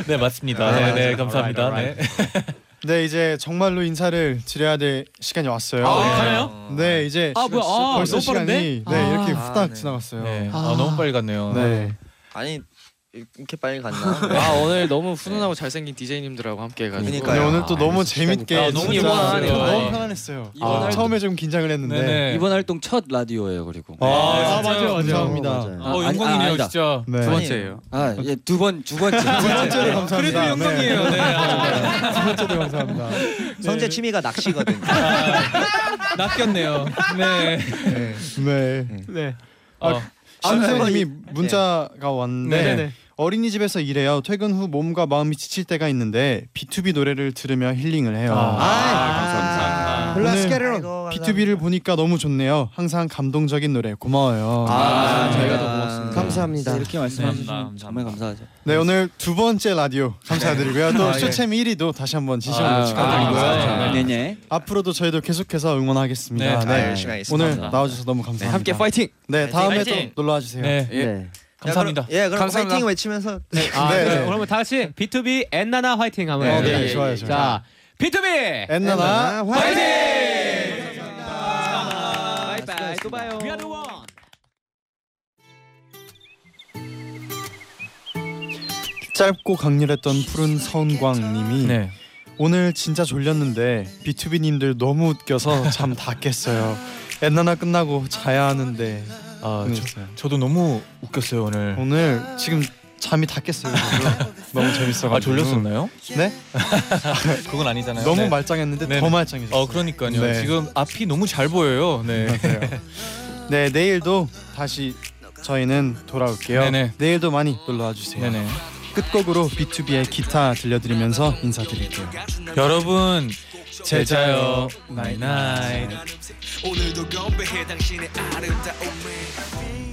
[SPEAKER 3] 네 맞습니다. 네,
[SPEAKER 6] 아,
[SPEAKER 3] 네 감사합니다.
[SPEAKER 2] 네 이제 정말로 인사를 드려야 될 시간이 왔어요.
[SPEAKER 3] 아,
[SPEAKER 2] 네.
[SPEAKER 3] 가나요?
[SPEAKER 2] 네 이제
[SPEAKER 3] 아, 뭐야. 아,
[SPEAKER 2] 벌써
[SPEAKER 3] 너무
[SPEAKER 2] 시간이
[SPEAKER 3] 빠른데?
[SPEAKER 2] 네
[SPEAKER 3] 아.
[SPEAKER 2] 이렇게 후딱
[SPEAKER 7] 아, 네.
[SPEAKER 2] 지나갔어요.
[SPEAKER 3] 네. 아, 너무 빨리 갔네요.
[SPEAKER 2] 네.
[SPEAKER 7] 아니 이렇게 빨리 갔나?
[SPEAKER 10] 아 오늘 너무 훈훈하고 잘생긴 DJ님들하고 함께 해가지고
[SPEAKER 2] 오늘 오늘 또 너무 재밌게
[SPEAKER 10] 아,
[SPEAKER 2] 진짜
[SPEAKER 10] 너무 예뻐하네요.
[SPEAKER 2] 너무
[SPEAKER 10] 네.
[SPEAKER 2] 편안했어요. 아,
[SPEAKER 10] 이번 활동-
[SPEAKER 2] 처음에 좀 긴장을 했는데
[SPEAKER 8] 이번 활동 첫 라디오예요 그리고
[SPEAKER 2] 아, 아,
[SPEAKER 8] 진짜요?
[SPEAKER 2] 맞아요, 맞아요.
[SPEAKER 8] 감사합니다.
[SPEAKER 2] 맞아요.
[SPEAKER 8] 아,
[SPEAKER 2] 어,
[SPEAKER 8] 아니,
[SPEAKER 2] 영광이네요,
[SPEAKER 8] 아, 아니다.
[SPEAKER 2] 진짜. 네. 두 번째예요.
[SPEAKER 8] 아예두번두 번째 네. 아, 두
[SPEAKER 2] 번째로 감사합니다. 네. 그래도
[SPEAKER 8] 영광이에요
[SPEAKER 7] 네. 아,
[SPEAKER 2] 두 번째도 감사합니다.
[SPEAKER 7] 성재 취미가 낚시거든.
[SPEAKER 3] 낚였네요. 네.
[SPEAKER 2] 네.
[SPEAKER 11] 음.
[SPEAKER 3] 네.
[SPEAKER 2] 아,
[SPEAKER 3] 어.
[SPEAKER 2] 심사님이
[SPEAKER 11] 네.
[SPEAKER 3] 아,
[SPEAKER 2] 문자가 왔는데
[SPEAKER 3] 네네.
[SPEAKER 2] 어린이집에서 일해요. 퇴근 후 몸과 마음이 지칠 때가 있는데 B2B 노래를 들으며 힐링을
[SPEAKER 11] 아,
[SPEAKER 2] 해요.
[SPEAKER 11] 감사합니다.
[SPEAKER 2] 오늘 B2B를 보니까 너무 좋네요. 항상 감동적인 노래 고마워요.
[SPEAKER 8] 아,
[SPEAKER 11] 저희가
[SPEAKER 8] 더 고맙습니다.
[SPEAKER 11] 네. 감사합니다.
[SPEAKER 8] 이렇게 말씀해 주시면 정말 감사하죠
[SPEAKER 2] 네 오늘 두 번째 라디오 감사드리고요. 또
[SPEAKER 8] 아, 예.
[SPEAKER 2] 쇼챔 1위도 다시 한번 진심으로
[SPEAKER 8] 아,
[SPEAKER 2] 축하드리고요.
[SPEAKER 8] 아, 감사합니다.
[SPEAKER 2] 네.
[SPEAKER 8] 네네.
[SPEAKER 2] 앞으로도 저희도 계속해서 응원하겠습니다.
[SPEAKER 8] 네, 다 열심히 하겠습니다.
[SPEAKER 2] 오늘
[SPEAKER 8] 감사합니다.
[SPEAKER 2] 나와주셔서 너무 감사합니다.
[SPEAKER 8] 함께 파이팅!
[SPEAKER 2] 네 다음에
[SPEAKER 8] 파이팅!
[SPEAKER 2] 또 놀러와 주세요. 예,
[SPEAKER 3] 네.
[SPEAKER 7] 감사합니다. 예, 그럼
[SPEAKER 6] 감사합니다.
[SPEAKER 7] 파이팅 외치면서
[SPEAKER 6] 네. 예. 아,
[SPEAKER 2] 네,
[SPEAKER 6] 그럼
[SPEAKER 2] 네.
[SPEAKER 6] 그러면 다 같이 B2B 엔나나 화이팅 하면
[SPEAKER 2] 네,
[SPEAKER 6] 해요.
[SPEAKER 2] 네, 좋아요, 좋아요.
[SPEAKER 6] 자, B2B
[SPEAKER 2] 엔나나
[SPEAKER 6] 화이팅!
[SPEAKER 8] 바이바이 또 봐요
[SPEAKER 6] We are the one.
[SPEAKER 2] 짧고 강렬했던 푸른 서은광님이
[SPEAKER 3] 네.
[SPEAKER 2] 오늘 진짜 졸렸는데 비투비님들 너무 웃겨서 잠 다 깼어요. 엔나나 끝나고 자야 하는데
[SPEAKER 3] 아,
[SPEAKER 2] 보내주세요.
[SPEAKER 3] 저, 저도 너무 웃겼어요 오늘.
[SPEAKER 2] 오늘 지금 잠이 다 깼어요. 저도. 너무 재밌어가지고
[SPEAKER 3] 아 졸렸었나요?
[SPEAKER 2] 네?
[SPEAKER 3] 그건 아니잖아요.
[SPEAKER 2] 너무
[SPEAKER 3] 네.
[SPEAKER 2] 말짱했는데
[SPEAKER 3] 네네.
[SPEAKER 2] 더 말짱해졌어요.
[SPEAKER 3] 어 그러니까요.
[SPEAKER 2] 네.
[SPEAKER 3] 지금 앞이 너무 잘 보여요. 네.
[SPEAKER 2] 네 내일도 다시 저희는 돌아올게요.
[SPEAKER 3] 네네.
[SPEAKER 2] 내일도 많이 놀러와 주세요.
[SPEAKER 3] 네네.
[SPEAKER 2] 끝곡으로 비투비의 기타 들려드리면서 인사드릴게요.
[SPEAKER 3] 여러분 제자요
[SPEAKER 2] 나이
[SPEAKER 3] 나이 나이.
[SPEAKER 14] 오늘도 건배해 당신의 아름다움에